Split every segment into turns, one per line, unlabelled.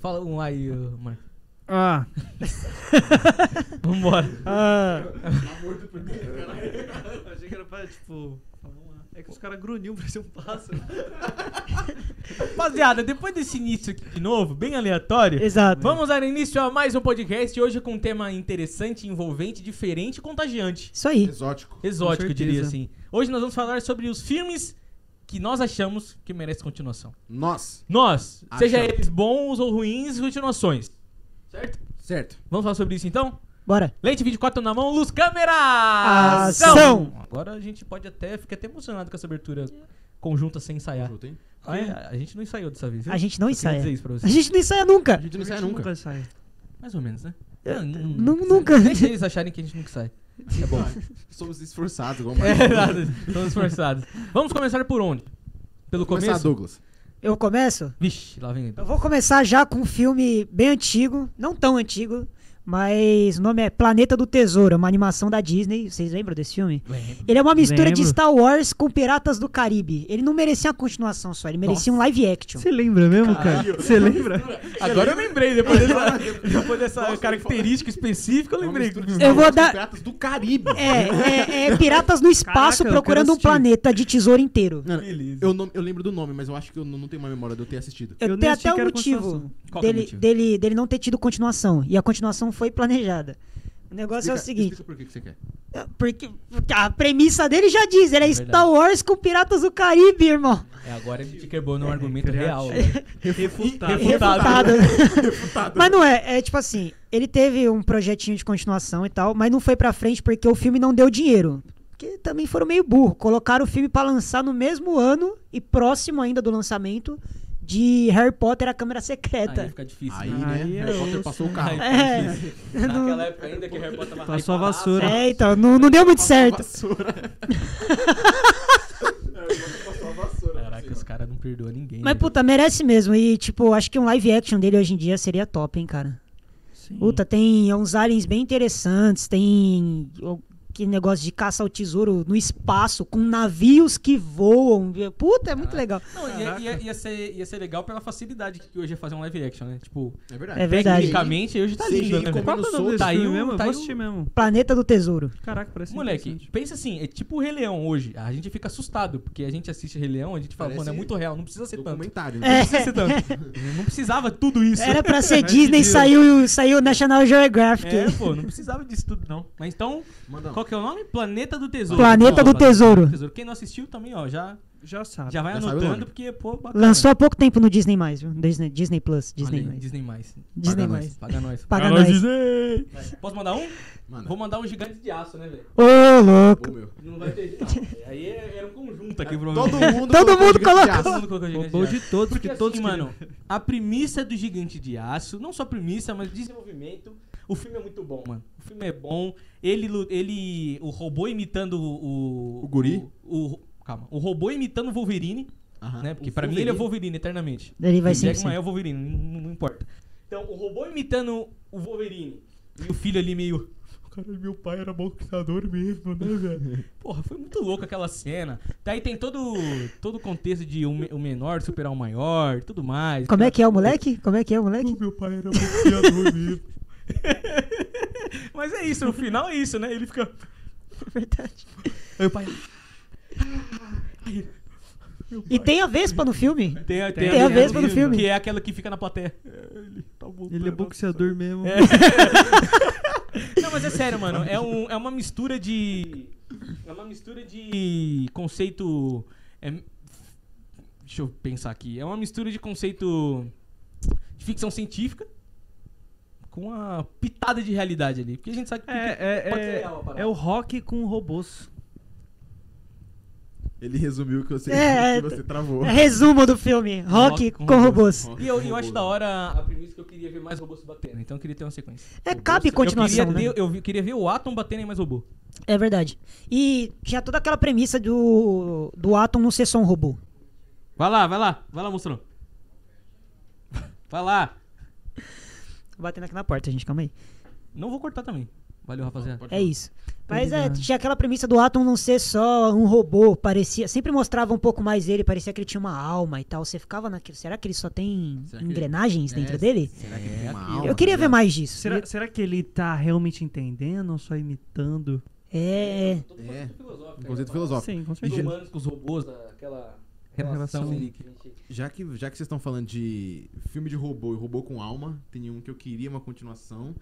Fala um aí, ô, Marco.
Ah,
Vambora.
ah,
Eu achei que era pra, tipo. Vamos lá. É que os caras grunhiam pra ser um pássaro.
Rapaziada, depois desse início aqui de novo, bem aleatório,
Né?
exato.
vamos dar início a mais um podcast. Hoje com um tema interessante, envolvente, diferente e contagiante.
Isso aí.
Exótico.
Exótico, eu
certeza.
diria assim. Hoje nós vamos falar sobre os filmes que nós achamos que merecem continuação.
Nós.
Nós, seja
Achamos.
eles bons ou ruins, continuações.
Certo.
Vamos falar sobre isso então?
Bora.
Lente 24 na mão, luz, câmera!
Ação!
Agora a gente pode até, fica até emocionado com essa abertura
É.
conjunta sem ensaiar.
Junto, hein?
Porque a gente não ensaiou dessa vez, viu?
Ah, A gente não
Eu queria
ensaia.
dizer isso pra você.
A gente não ensaia nunca.
A gente não
A
sai
gente
nunca.
sai.
Mais ou menos, né?
É,
Não, não-
nu-
não-
nunca.
Deixa eles acharem que a gente nunca sai.
É bom. Somos esforçados, igual o Marcos.
É, nada. Estamos esforçados. Vamos começar por onde? Pelo
Vamos começar,
começo?
Douglas.
Eu começo?
Vixe, lá vem ele.
Eu vou começar já com um filme bem antigo, não tão antigo, mas o nome é Planeta do Tesouro, é uma animação da Disney. Vocês lembram desse filme?
Lembro.
Ele é uma mistura de
Lembro.
Star Wars com Piratas do Caribe. Ele não merecia uma continuação só, ele merecia um live action.
Você lembra mesmo, cara? Você lembra?
Agora eu lembrei, depois dessa, depois dessa característica específica, eu lembrei.
Eu vou dar-
Piratas do Caribe.
É, é, é Piratas no
Caraca,
Espaço
eu quero
procurando um
assistir.
planeta de tesouro inteiro.
Não, não,
Beleza.
eu, não- eu lembro do nome, mas eu acho que eu não, não tenho uma memória de eu ter assistido.
Eu
Eu,
nem
tenho
assisti
até
que
um
era
motivo
continuação.
Qual que é o
dele,
motivo?
dele, dele não ter tido continuação. E a continuação foi planejada. O negócio é o
Explica-
seguinte.
Explica por que que você quer.
Porque, porque a premissa dele já diz, ele é
Verdade.
Star Wars com Piratas do Caribe, irmão.
É, agora ele te quebrou num argumento real.
criativo.
né?
Refutado.
Refutado.
mas não é, é tipo assim, ele teve um projetinho de continuação e tal, mas não foi pra frente porque o filme não deu dinheiro. Porque também foram meio burro, colocaram o filme pra lançar no mesmo ano e próximo ainda do lançamento de Harry Potter a Câmara
Aí
Secreta.
fica difícil.
Aí,
né?
né?
Aí
Harry
eu
Potter passou o
um
carro.
É.
Naquela época ainda que Harry Potter tava
Passou a
hypadaço.
vassoura.
É, então, não, não deu muito certo.
Vassoura.
Caraca, os caras não perdoam ninguém.
Mas
né?
puta, merece mesmo. E tipo, acho que um live action dele hoje em dia seria top, hein, cara.
Sim.
Puta, tem uns aliens bem interessantes, tem o- que negócio de caça ao tesouro no espaço, com navios que voam. Puta, é muito legal.
Não, ia, ia, ia, ser, ia ser legal pela facilidade que hoje é fazer um live action, né? Tipo,
É verdade.
É verdade.
tecnicamente hoje tá
CGI
lindo, né? velho?
como
Qual que é o nome
Sou-
desse
tá aí
filme
o-
mesmo?
tá
Vou
aí o-
assistir mesmo.
Planeta do Tesouro.
Caraca, parece
Moleque,
interessante.
pensa assim, é tipo o Rei Leão hoje. A gente fica assustado, porque a gente assiste Rei Leão, a gente fala,
Parece
mano, é muito real, não precisa ser tanto.
Documentário.
Não
né?
É.
precisa ser tanto. não precisava tudo isso.
Era pra ser
Mas
Disney,
pediu.
saiu saiu National Geographic.
É, pô, não precisava disso tudo, não. Mas então,
Manda um.
qual que é o nome? Planeta do Tesouro.
Planeta do
Pô, Planeta
Tesouro.
Tesouro. Quem não assistiu também, ó, já,
Já sabe.
já vai
Já sabe o
anotando,
nome.
porque, pô, bacana.
Lançou há pouco tempo no Disney+, viu? Disney, Disney Plus, Disney+.
Olha aí,
mais.
Disney mais.
Disney+.
Paga
mais.
nós.
Paga nós.
Ah,
Paga
nós
nós.
Disney!
Posso mandar um?
Manda.
Vou mandar um gigante de aço, né, velho?
Ô,
Ô,
louco.
meu.
Não vai ter jeito, não. Aí é- era um conjunto aqui,
Todo
provavelmente.
mundo
Todo
colocou
mundo
gigante de
colocou.
aço.
mundo colocou gigante
Roubou
de aço.
de todos,
Porque
porque
assim,
todos.
mano, a premissa do Gigante de Aço, não só a premissa, mas o desenvolvimento, o filme é muito bom, mano. O filme é bom, ele, lu- ele o robô imitando o...
O guri?
O, o- calma, o robô imitando o Wolverine,
Aham.
né? Porque
O
pra mim ele é
Wolverine.
Wolverine eternamente.
Ele vai
O
sempre
Jackman
ser.
é o Wolverine, não, não importa. Então, o robô imitando o Wolverine e o filho ali meio... Caralho, meu pai era boxeador mesmo, né, velho? Porra, foi muito louco aquela cena. Daí tem todo todo o contexto de o me- o menor superar o maior, tudo mais.
Como é que é o moleque? Como é que é o moleque?
Meu pai era boxeador mesmo. Mas é isso, no final é isso, né? Ele fica...
Verdade.
Aí o pai...
E tem a Vespa no filme.
Tem, a-
Tem a
menina
Vespa no filme.
Que é aquela que fica na plateia. Ele tá
Ele é boxeador mesmo.
Não, mas é sério, mano. É, um, é uma mistura de. É uma mistura de conceito. é, deixa eu pensar aqui. É uma mistura de conceito de ficção científica com uma pitada de realidade ali. Porque a gente sabe que.
É,
Pode ser
é, é,
real a parada.
é o rock com robôs.
Ele resumiu o que você, que
É,
você travou.
Resumo do filme. Rock
Rock
com,
com
robôs.
E eu, e eu acho da hora a premissa que eu queria ver mais robôs se batendo. Então eu queria ter uma sequência.
É, cabe continuação,
eu
né?
queria, ter- eu vi- queria ver o Atom batendo em mais robô.
É verdade. E tinha toda aquela premissa do, do Atom não ser só um robô.
Vai lá, vai lá, vai lá, mostrou. Vai lá.
Tô batendo aqui na porta, gente, calma aí.
Não vou cortar também.
Valeu, rapaziada.
Pode
É
falar.
isso. Mas é,
Obrigado.
tinha aquela premissa do Atom não ser só um robô, parecia, sempre mostrava um pouco mais ele, parecia que ele tinha uma alma e tal. Você ficava naquilo, será que ele só tem
Será que ele-
engrenagens dentro
É,
dele?
Será que ele tem uma
aquilo.
alma?
Eu queria ver mais disso.
Será, será que ele tá realmente entendendo ou só imitando?
É, é.
Todo
É.
conceito filosófico.
Um
né? Fala
conceito filosófico.
Sim, com
dos
certeza.
humanos com os robôs, daquela
Relação.
relação ali que a gente...
Já que, já que vocês estão falando de filme de robô e robô com alma, tem um que eu queria uma continuação.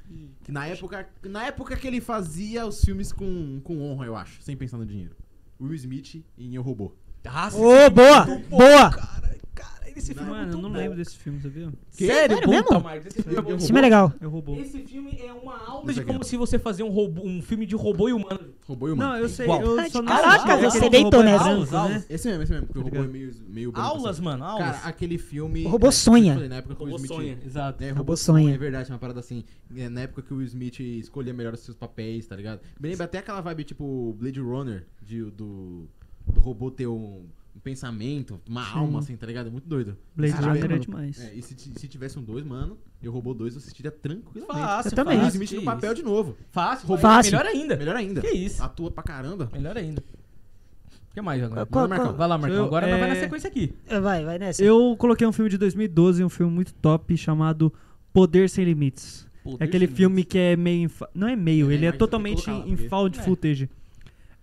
Que na época, na época que ele fazia os filmes com, com honra, eu acho, sem pensar no dinheiro. Will Smith em Eu Robô.
Ah, sim.
Ô, boa! Boa!
Cara, cara, esse filme é
Mano,
muito
eu não
bom.
lembro desse filme, sabia?
Sério
Puta,
mesmo?
Marcos, esse filme é
Esse
bom.
filme é legal.
Eu roubou.
Esse filme é uma aula
Isso
de
aqui,
como
ó.
se você fazer um, robô, um filme de robô e humano.
Robô e humano.
Não, eu sei.
Igual.
Eu só não
Caraca,
sei se
você
aquele
deitou
robô é
nessa.
branco,
Aulas,
né?
Esse mesmo, esse mesmo, porque o robô é meio, meio branco,
Aulas,
assim.
mano, aulas.
Cara, aquele filme. é,
O robô
eu
sonha.
falei, Na época que o Will
Robô
Smith.
sonha, exato.
É,
Robô
robô
sonha.
sonha. É verdade, é uma parada assim. É, na época que o Will Smith escolhia melhor os seus papéis, tá ligado? Me lembra até aquela vibe tipo Blade Runner, de- do, do robô ter um, um pensamento, uma alma, assim, tá ligado? É Muito doido.
Blade
Caralho,
Runner é
mano.
demais.
É, e se, ti- se tivesse um dois, mano, eu robô dois, eu assistiria tranquilamente. Ah,
Fácil,
Eu também.
Will
fácil,
Smith
que
no papel
isso.
de novo.
Fácil,
Fácil.
fácil. Melhor ainda.
Melhor ainda.
Que isso?
Atua pra caramba.
Ah. Melhor ainda. O que mais agora?
Qual-
Marcão.
qual-
Vai lá, Marcão.
Eu-
Agora nós vai na
é-
sequência aqui.
Vai, vai nessa.
Eu coloquei um filme de 2012, um filme muito top, chamado Poder Sem Limites.
Poder
É aquele
sem
filme que é meio. em fa- Não é meio,
É,
ele é
mas tem que
totalmente
colocar lá,
em
porque-
found
É.
footage.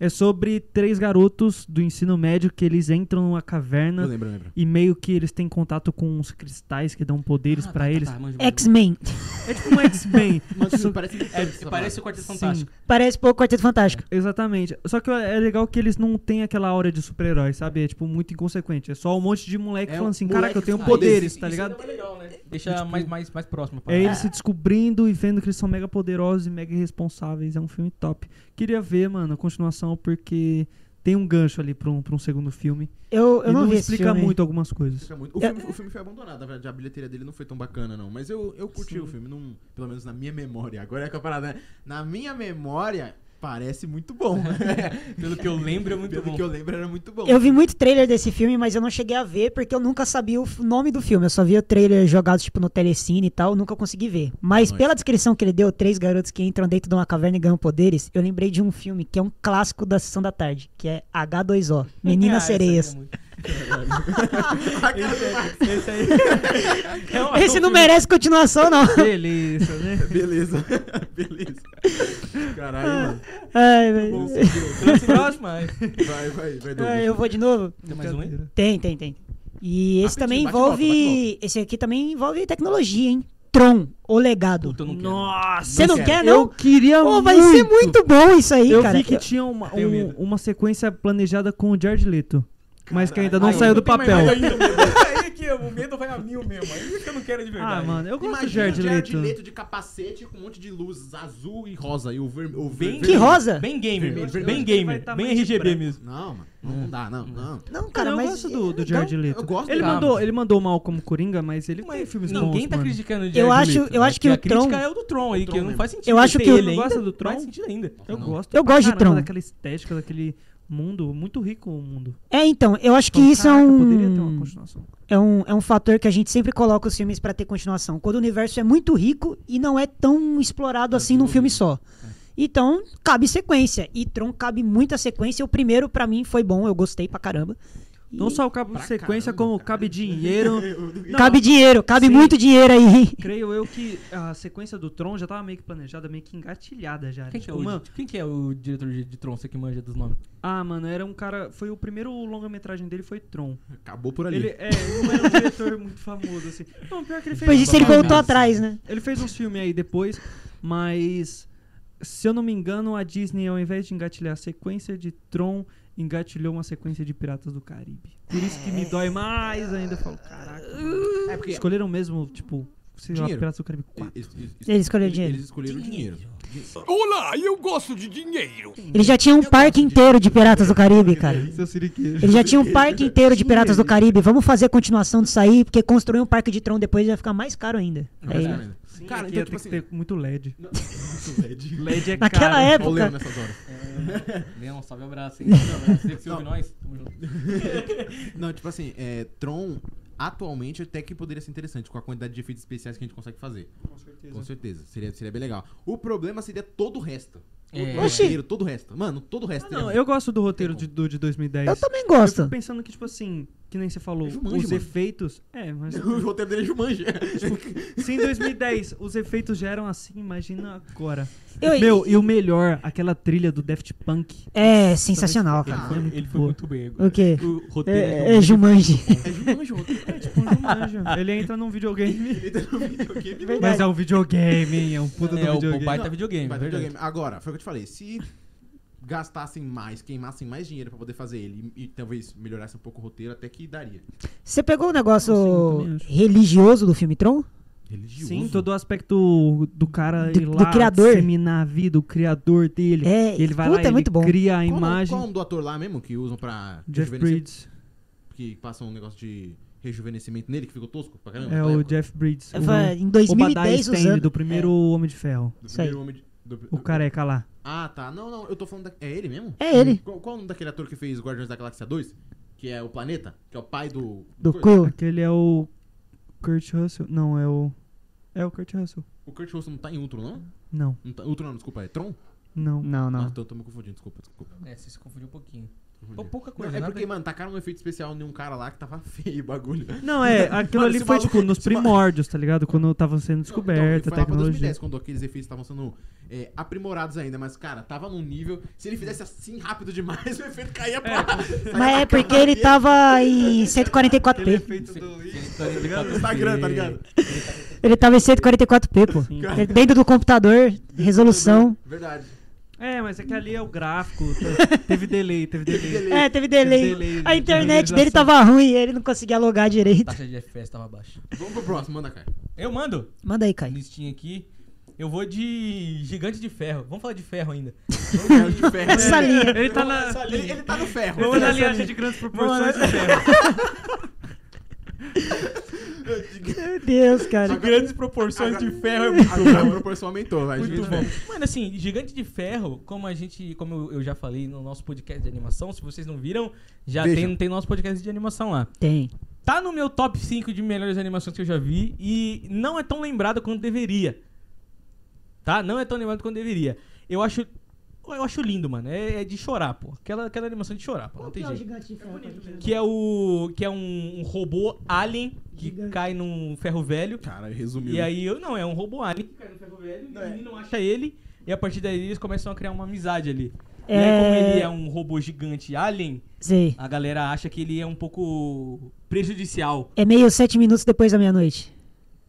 É sobre três garotos do ensino médio que eles entram numa
Eu
caverna
lembro, eu lembro.
e meio que eles têm contato com uns cristais que dão poderes
Ah,
pra
tá,
eles.
tá, manjo, manjo.
X-Men.
É tipo um X-Men.
Mas isso parece muito
É,
tanto, essa
parece o
parada.
Quarteto
Sim.
Fantástico.
Parece pouco Quarteto Fantástico.
Exatamente. Só que é legal que eles não têm aquela aura de super-herói, sabe? É tipo muito inconsequente. É só um monte de moleque
É um
falando assim:
moleque
caraca, eu tenho
que faz
poderes,
Isso-
tá
isso
ligado?
ainda Ah, é legal, né? Deixa mais, mais, mais próximo. a
É
parada.
eles se descobrindo e vendo que eles são mega poderosos e mega irresponsáveis. É um filme top. Queria ver, mano, a continuação, porque tem um gancho ali pra um, pra um segundo filme.
É.
Eu, eu
e
não, vi esse
explica
filme.
muito algumas coisas.
Fica muito- O,
É-
filme, o filme foi abandonado, na verdade. A bilheteria dele não foi tão bacana, não. Mas eu, eu curti
Sim.
o filme, não, pelo menos na minha memória. Agora é que a parada, né? Na minha memória, parece muito bom.
Pelo que eu lembro, é muito
pelo
bom.
que eu lembro, era muito bom.
Eu vi muito trailer desse filme, mas eu não cheguei a ver porque eu nunca sabia o f- nome do filme. Eu só via trailer jogados tipo no telecine e tal, eu nunca consegui ver. Mas
Nossa.
pela descrição que ele deu, três garotos que entram dentro de uma caverna e ganham poderes, eu lembrei de um filme que é um clássico da sessão da tarde, que é H2O,
Ah,
Meninas
essa
Sereias.
aí é muito-
Esse aí.
É um- é um
Esse não
filme-
merece continuação, não.
Beleza, né?
Beleza. Beleza. Caralho, mano.
Ai, velho.
Bom, seguiu.
Esse não é demais.
Vai, vai, vai, Douglas.
Ai, Ah, eu vou de novo.
Tem mais um aí?
Tem, tem, tem. E
Rapidinho,
esse também
bate e volta,
envolve.
bate e
Esse aqui também envolve tecnologia, hein? Tron, o legado.
Puta, eu não quero.
Nossa!
Você não
quero.
quer,
Eu
não?
queria
Pô,
muito.
vai ser muito bom isso aí,
Eu
cara.
vi que tinha uma,
Tenho
um-
medo.
uma sequência planejada com o Jared Leto. Mas que ainda não
Caralho.
saiu do
Tem mais medo
papel.
ainda, meu. Aí que o medo vai a mil mesmo. Aí que eu não quero de
Ah,
verdade.
mano, eu gosto
Imagina
do Jared, Leto.
de capacete com um monte de luz azul e rosa. E o vermelho. o
Bem-
vermelho.
Que rosa?
Bem gamer.
Vermelho, vermelho.
Bem
Vai
gamer.
tá
Bem
mais de
RGB
branco.
mesmo.
Não, mano. Não dá, não, não.
Não, cara,
eu
mas.
gosto do, do
é
Jared Leto.
Eu gosto
Ele
do cara,
mandou,
mas-
ele mandou o mal como Coringa, mas ele
Mas
tem filmes bons,
Ninguém tá
mano.
criticando o Jared
Eu acho-
Leto,
eu
né?
acho que
a
o Tron-
crítica é o do Tron aí, que
Tron
não
mesmo.
faz sentido.
Eu acho
ter
que o-
ele
Não gosta
ainda,
do Tron?
Não faz sentido ainda.
Eu
Não.
gosto
Eu
pra
gosto de
caramba
Tron.
daquela estética, daquele mundo, muito rico o mundo.
É, então, eu acho que
Então,
isso
caraca,
é
poderia ter uma
um,
continuação.
é um. É um fator que a gente sempre coloca os filmes pra ter continuação. Quando o universo é muito rico e não é tão explorado assim num filme só.
É.
Então, cabe sequência. E Tron cabe muita sequência. O primeiro, pra mim, foi bom. Eu gostei pra caramba. E
Não Então, só o cabo de sequência,
caramba,
como
cara.
cabe dinheiro. Não,
Cabe dinheiro, cabe
Sim.
muito dinheiro aí. hein?
Creio eu que a sequência do Tron já tava meio que planejada, meio que engatilhada já.
Quem que, é
Tipo,
o,
mano,
quem que é o diretor de, de Tron, você que manja dos nomes?
ah, mano, era um cara. Foi o primeiro longa-metragem dele, foi Tron.
Acabou por ali.
Ele é, não era um diretor muito famoso, assim. Não, pior que ele fez.
Depois disso, ele
Babado,
voltou
assim.
atrás, né?
Ele fez uns filmes aí depois, mas se eu não me engano, a Disney, ao invés de engatilhar a sequência de Tron, engatilhou uma sequência de Piratas do Caribe. Por isso que me dói mais ainda. Eu falo, caraca. mano.
É porque-
Escolheram mesmo, tipo, sei lá,
Dinheiro.
Piratas do Caribe 4.
Eles, eles-
Eles escolheram
eles-
é dinheiro.
Eles escolheram dinheiro.
Olá, eu gosto de dinheiro.
Ele já tinha um parque inteiro de Piratas do Caribe, cara.
Seu
Ele já tinha um parque inteiro de Piratas do Caribe. Vamos fazer a continuação disso aí, porque construir um parque de Tron depois vai ficar mais caro ainda.
É
Mas,
Aí-
cara, cara, então,
ia
tipo
ter
assim,
que ter muito LED.
Isso, LED.
LED é
Naquela
caro.
Olha o Leão
época,
nessas horas.
Leão, salve o abraço, hein? Salve o abraço. Você que se ouve nós, tamo junto.
Não, tipo assim, é, Tron atualmente até que poderia ser interessante, com a quantidade de efeitos especiais que a gente consegue fazer.
Com certeza.
Com certeza. Seria, seria bem legal. O problema seria todo o resto.
É.
O
Oxi.
roteiro, todo o resto. Mano, todo o resto.
Ah,
seria
não,
muito-
eu gosto do roteiro de, do de 2010.
Eu também
Eu
gosto.
fico pensando que, tipo assim, que nem você falou,
É Jumanji,
os
mano.
efeitos. É, mas.
O roteiro dele é Jumanji.
Se em 2010 os efeitos já eram assim, imagina agora.
Eu-
Meu, e o melhor, aquela trilha do Daft Punk.
É sensacional,
Ele
cara.
foi,
muito
ele foi
boa.
muito bem agora.
O quê?
O roteiro é,
É, é Jumanji.
é Jumanji o roteiro. É tipo
Um Jumanji. Ele entra num videogame.
videogame,
Verdade.
Mas é um videogame, hein? É um puta
é
do
o
videogame.
baita
Não,
videogame. é
Vai ter
verdade.
videogame. Agora, foi o que eu te falei. Se gastassem mais, queimassem mais dinheiro pra poder fazer ele e, e talvez melhorasse um pouco o roteiro, até que daria.
Você pegou o negócio
Não, sim, eu também acho.
religioso do filme Tron?
Religioso.
Sim, todo o aspecto do cara
Do-
ir
do
lá
criador.
disseminar a vida, o criador dele.
É,
E ele vai
puta,
lá
é
e
muito bom.
cria a
Qual o nome-
imagem.
Qual o nome do ator lá mesmo que usam pra
Jeff
rejuvenescer?
Bridges.
Que passa um negócio de rejuvenescimento nele que ficou tosco pra caramba.
É
na
o
época.
Jeff Bridges.
Eu
o-
falei, Em
o Badai
2010
Stand,
usando. É.
do primeiro Homem de Ferro.
Do
Isso aí.
primeiro homem de- do-
O é- careca lá.
Ah, tá. Não, não, eu tô falando da... É ele mesmo?
É ele.
Qual, qual o nome daquele ator que fez Guardiões da Galáxia 2? Que é o Planeta? Que é o pai do...
Do
coisa?
Quill.
Aquele é o Kurt Russell. Não, é o. É o Kurt Russell.
O Kurt Russell não tá em Ultron, não?
Não,
não tá... Ultron não, desculpa. É Tron?
não.
Não, não.
Ah, tô, tô me confundindo, desculpa, desculpa.
É, você se confundiu um pouquinho.
Confundi.
Pô, pouca
Não,
coisa.
é
nada-
porque, mano, tacaram um efeito especial em um cara lá que tava feio o bagulho.
Não, é, aquilo
Mano,
ali
esse
foi
maluco-
tipo nos
esse ma-
primórdios, tá ligado? Quando tava sendo
Não, então,
descoberta
foi
a
lá pra
tecnologia.
2010, quando aqueles efeitos estavam sendo é, aprimorados ainda, mas, cara, tava num nível. Se ele fizesse assim rápido demais, o efeito caía pra.
Mas é porque ele tava em 144p.
efeito é do.
Tá ligado?
Instagram, tá ligado?
Ele tava em 144p, pô. É
Sim.
Dentro do computador, resolução.
Verdade.
É, mas é que ali é o gráfico. tá- teve delay, teve delay.
É, teve delay.
Teve delay
A
de
internet dele
renderização.
tava ruim, ele não conseguia logar direito.
taxa de FPS tava baixa. É.
Vamos pro próximo, manda, cara.
Eu mando.
Manda aí, Caio.
listinha aqui. Eu vou de Gigante de Ferro. Vamos falar de ferro ainda.
Vamos de ferro.
Essa linha.
Ele tá na.
Ele, ele tá no ferro.
Vamos na linhagem de grandes proporções de ferro.
Meu Deus, cara.
Grandes proporções de ferro é
Agora a proporção aumentou, vai.
Muito
Muito
bom. Mano, assim, Gigante de Ferro, como a gente, como eu- eu já falei no nosso podcast de animação, se vocês não viram, já
Vejam.
tem, tem nosso podcast de animação lá.
Tem.
Tá no meu top 5 de melhores animações que eu já vi e não é tão lembrado quanto deveria. Tá? Não é tão lembrado quanto deveria. Eu acho eu acho lindo, mano. É, é de chorar, pô. Aquela, aquela animação de chorar, pô. Não
é
tem jeito. Que é o que é um, um robô alien que
Gigante.
cai num ferro velho.
Cara, resumiu.
E aí, eu- não, é um robô alien que cai no ferro velho, o
é.
menino acha ele, e a partir daí eles começam a criar uma amizade ali. E aí, como
É.
ele é um robô gigante alien,
Sei.
a galera acha que ele é um pouco prejudicial,
É meio sete minutos depois da meia-noite.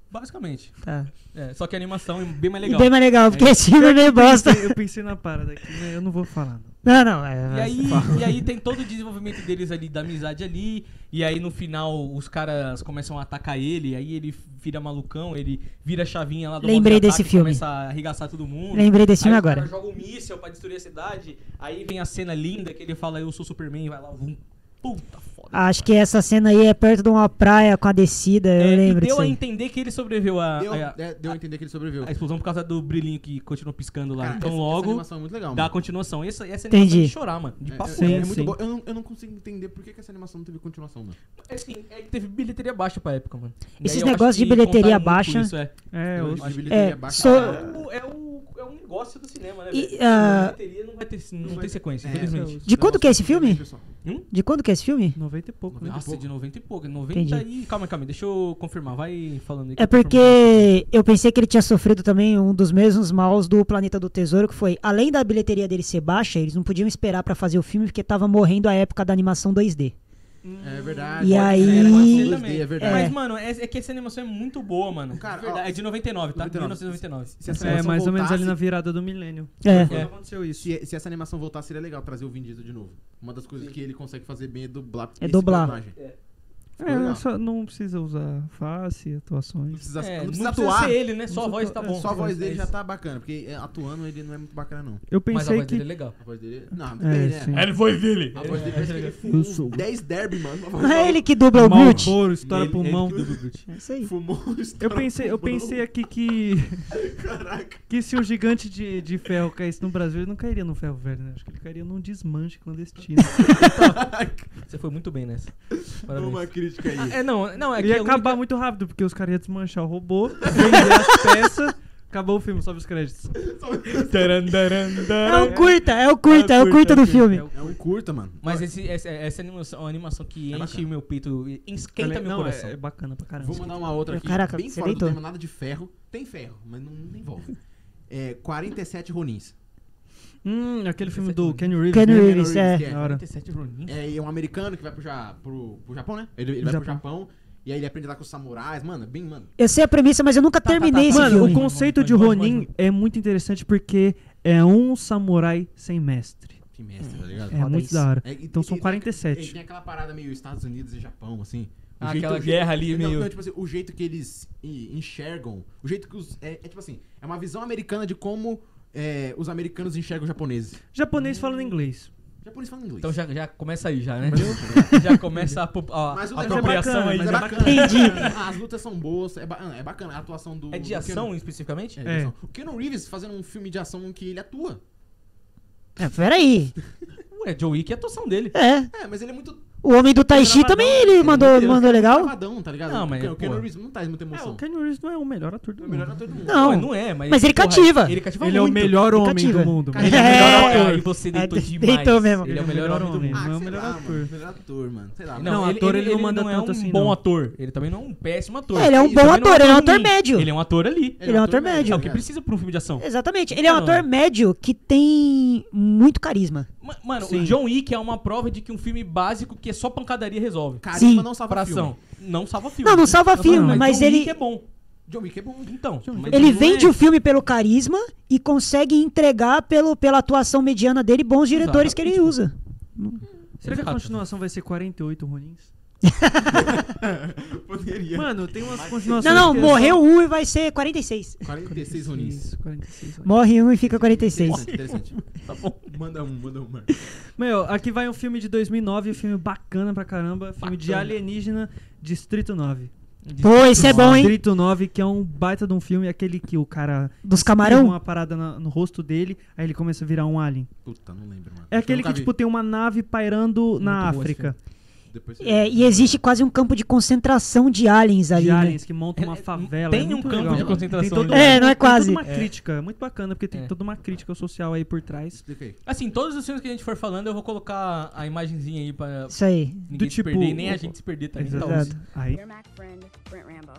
basicamente.
Tá.
É, só que a animação é bem mais
E
legal.
bem mais legal, porque esse filme é meio bosta.
Eu pensei na parada aqui, né? Eu não vou falar. não.
Não, não. É,
E aí, e aí tem todo o desenvolvimento deles ali, da amizade ali. E aí no final os caras começam a atacar ele. Aí ele vira malucão, ele vira a chavinha lá do
Lembrei
modo de
desse
ataque,
filme.
Começa a arregaçar todo mundo.
Lembrei desse
Aí
filme
o cara
agora.
joga um míssel pra destruir a cidade. Aí vem a cena linda que ele fala: Eu sou Superman, vai lá, vum. Puta foda.
Acho que essa cena aí é perto de uma praia com a descida, eu
É, e
lembro
deu
disso
a
aí.
entender que ele sobreviveu à
Deu,
à-
é, deu a entender que ele sobreviveu.
à explosão por causa do brilhinho que continuou piscando lá.
Cara,
então
essa- Essa
logo
animação é muito legal.
dá a
mano.
continuação. E Essa, essa animação é
Entendi.
de chorar, mano. De
É,
papo
é,
Sim,
é muito
sim.
bom. Eu não, eu não consigo entender por que, que essa animação não teve continuação, mano.
Assim, é que teve bilheteria baixa pra época, mano. E
Esses
aí eu acho
negócios de
que contaram
bilheteria
muito
baixa-
com Isso, é.
É,
Eu
eu...
acho que
É,
bilheteria baixa
só-
pra
É, o- é, o, é um negócio do cinema, né?
E,
velho?
ah,
bilheteria não vai ter, não
vai-
tem sequência,
É,
infelizmente.
De quando que é esse filme?
pessoal.
De quando que é esse filme?
90 e pouco, né?
Nossa,
pouco.
de 90 e pouco. 90 e. Calma, calma, deixa eu confirmar. Vai falando aí. que
É
eu confirmo.
porque eu pensei que ele tinha sofrido também um dos mesmos maus do Planeta do Tesouro, que foi, além da bilheteria dele ser baixa, eles não podiam esperar pra fazer o filme porque tava morrendo a época da animação 2D.
É verdade.
E
Pode
aí-
ser, pode ser
E-
2D, é verdade.
Mas, mano, é, é que essa animação é muito boa, mano.
Cara,
é, verdade,
ó,
é de 99, tá?
99.
1999.
Se essa
É,
animação
mais ou menos ali na
voltasse-
virada do milênio.
É.
Quando aconteceu isso.
se, se essa animação voltasse, seria legal trazer o Vin Diesel de novo. Uma das coisas que ele consegue fazer bem é dublar.
É
esse
dublar.
personagem. Ficou
É,
legal.
só não precisa usar face,
Não
atuações.
precisa,
É,
não
não
precisa
precisa
atuar.
ser ele, né? Só a voz tá
É,
bom.
Só a voz dele
É
já
isso.
tá bacana, porque é, atuando ele não é muito bacana, não.
Eu
Mas a
pensei
voz
que.
dele é legal.
A voz dele. Não,
É,
ele
sim.
Ele foi dele.
A voz dele parece que ele
Eu
fumou
sou-
uns 10 derby, mano. A voz
Não é
dele
ele que dubla o Groot?
Malboro, estoura pulmão.
É isso aí.
Fumou um uns
Eu pensei, eu pensei aqui que. que se o gigante de, de ferro caísse no Brasil, ele não cairia no ferro velho, né? Acho que ele cairia num desmanche clandestino.
Você foi muito bem nessa. Parabéns.
Uma crítica aí.
É, não, não, é que a
ia
única-
acabar muito rápido, porque os caras iam desmanchar o robô, vender as peças, acabou o filme, sobe os créditos.
Taran, taran,
É
taran.
o curta, é o curta, é o curta do filme.
É um curta, mano.
Mas esse- essa, essa animação, é uma animação que
É
enche
bacana.
meu peito, e esquenta
Ela-
meu
não,
coração.
É, é bacana pra caramba.
Vou mandar uma outra aqui,
Caraca,
bem
você
fora
deitou.
do tema, nada de ferro. Tem ferro, mas não, não envolve. É 47 Ronins.
Hum, aquele filme do Kenny Reeves.
Keanu
né?
Reeves.
Keanu Reeves,
é.
que é.
Da hora.
47 Ronin.
É, e é um americano que vai pro, ja, pro, pro Japão, né? Ele, ele vai pro Japão e aí ele aprende lá com os samurais, mano. é Bem, mano.
Eu sei a premissa, mas eu nunca terminei esse
Tá, Mano,
filme.
o conceito de Ronin é muito interessante porque é um samurai sem mestre.
Que mestre, tá ligado?
É
Foda
muito
isso.
da hora.
É, e-
Então
e-
são
e- E
47.
tem aquela parada meio Estados Unidos e Japão, assim. O
Ah, aquela guerra ali,
não,
meio-
Não, tipo assim, o jeito que eles en- enxergam, o jeito que os... É, é tipo assim, é uma visão americana de como é, os americanos enxergam os japoneses.
Japonês falando inglês.
O japonês fala inglês.
Então já, já começa aí, já, né? já começa a, apro- a,
Mas o
a
legal-
apropriação
bacana,
aí. né?
Mas é
já.
bacana.
Entendi.
Ah, as lutas são boas, é, ba- ah, é bacana. A atuação do...
É de
do
ação,
Keanu-
especificamente?
É,
É.
de
É.
ação. O Keanu Reeves fazendo um filme de ação que ele atua.
É, peraí.
Ué, Joe Wick é a atuação dele.
É.
É, mas ele é muito...
O Homem do Tai Chi Tá também ele mandou,
ele é
mandou legal.
travadão, tá ligado?
Não, mas,
O Keanu
pô.
Reeves não traz muita
É,
emoção.
o Kenny Reeves não é o melhor ator do
É o
mundo.
melhor ator do mundo.
Não.
Ué, não é, mas...
Mas ele cativa.
Ele cativa
Ele é o
muito.
melhor homem
Cativa.
do mundo. mano.
Ele é o melhor
É.
homem. Aí você deitou
É,
demais.
deitou mesmo.
Ele é o melhor homem do mundo.
Ah,
Não é o
sei
melhor
lá,
ator.
mano, melhor ator, mano. Sei lá. é
Não, ator ele não manda tanto assim,
é um bom
não.
ator. Ele também não é um péssimo ator.
É, ele é um bom
também não
ator, ele é um ator
ruim.
médio.
Ele é um ator ali.
Ele é um ator médio.
É o que precisa pra um filme de ação.
Exatamente. Ele é um
Não.
ator médio que tem muito carisma.
Ma- Mano,
Sim.
o John Wick é uma prova de que um filme básico que é só pancadaria resolve.
Carisma
Sim,
não salva
Pra
filme.
ação. Não salva filme. Então,
Não, não salva filme, mas
John
ele-
Wick é bom.
John Wick é bom.
Então. mas
Ele
não
vende
é-
o filme pelo carisma e consegue entregar pelo, pela atuação mediana dele bons diretores que
Tipo,
ele usa.
Será que a
Exato.
continuação vai ser 48 Ronins?
Poderia.
Mano, tem umas continuações.
Não, não,
que é só-
morreu um e vai ser 46.
46 Ronins.
Isso, 46 Ronins.
Morre um e fica 46.
Interessante, interessante. Tá bom. Manda um, manda um, mano.
Meu, aqui vai um filme de 2009, um filme bacana pra caramba. Filme de alienígena, Distrito 9.
Pô, esse é bom, hein?
Distrito 9, que é um baita de um filme, aquele que o cara
Dos
tem
camarão?
uma parada na- no rosto dele, aí ele começa a virar um alien.
Puta, não lembro, mano.
É aquele que, tipo, tem uma nave pairando na
Muito bom esse
África.
Depois
É, e existe quase um campo de concentração de aliens ali.
De
né?
aliens que montam uma favela.
Tem
é muito
um campo
legal.
de concentração
Tem todo-
ali.
É, não é
tem toda
quase.
uma crítica, é muito bacana, porque tem
É.
toda uma crítica social aí por trás.
Explica aí.
Assim, todos os filmes que a gente for falando, eu vou colocar a imagenzinha aí pra
Isso aí.
ninguém
tipo-
se perder, nem a gente se perder também. então.
Exato.
talvez.
Aí,
Your Mac friend, Brent Rambo.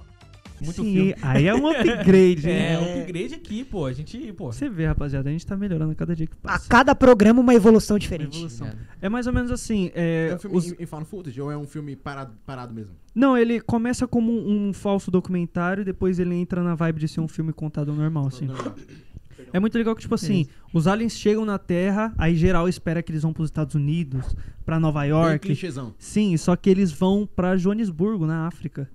Muito
sim,
filme.
aí é um upgrade, hein?
É, um upgrade aqui, pô. A gente, pô.
Você vê, rapaziada, a gente tá melhorando a cada dia que
A
passa.
cada programa uma evolução diferente.
Evolução. É mais ou menos assim.
É,
é,
um filme
os-
em, em found footage ou é um filme parado, parado mesmo?
Não, ele começa como um, um falso documentário e depois ele entra na vibe de ser um filme contado normal, assim.
Normal.
É muito legal que, tipo assim, os aliens chegam na Terra, aí geral espera que eles vão pros Estados Unidos, pra Nova
Bem
York.
clichêzão.
Sim, só que eles vão pra Joanesburgo, na África.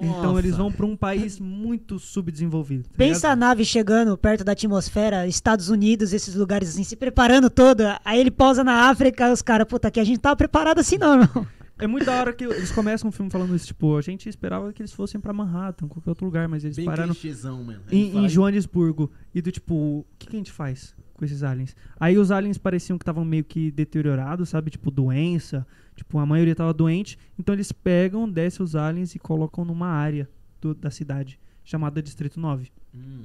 Então eles vão pra um país muito subdesenvolvido. tá
Pensa a
ligado?
nave chegando perto da atmosfera, Estados Unidos, esses lugares assim, se preparando toda. Aí ele pausa na África, os caras, puta, aqui a gente não tava preparado assim não, irmão.
É muito da hora que eles começam o filme falando isso, tipo, a gente esperava que eles fossem pra Manhattan, qualquer outro lugar, mas eles
Bem
pararam
clichêzão, mano. Aí
em,
fala
em
aí,
Joanesburgo. E do tipo, o que, que a gente faz com esses aliens? Aí os aliens pareciam que estavam meio que deteriorados, sabe? Tipo, doença. Tipo, a maioria tava doente. Então eles pegam, descem os aliens e colocam numa área do- da cidade, chamada Distrito 9.
Hum,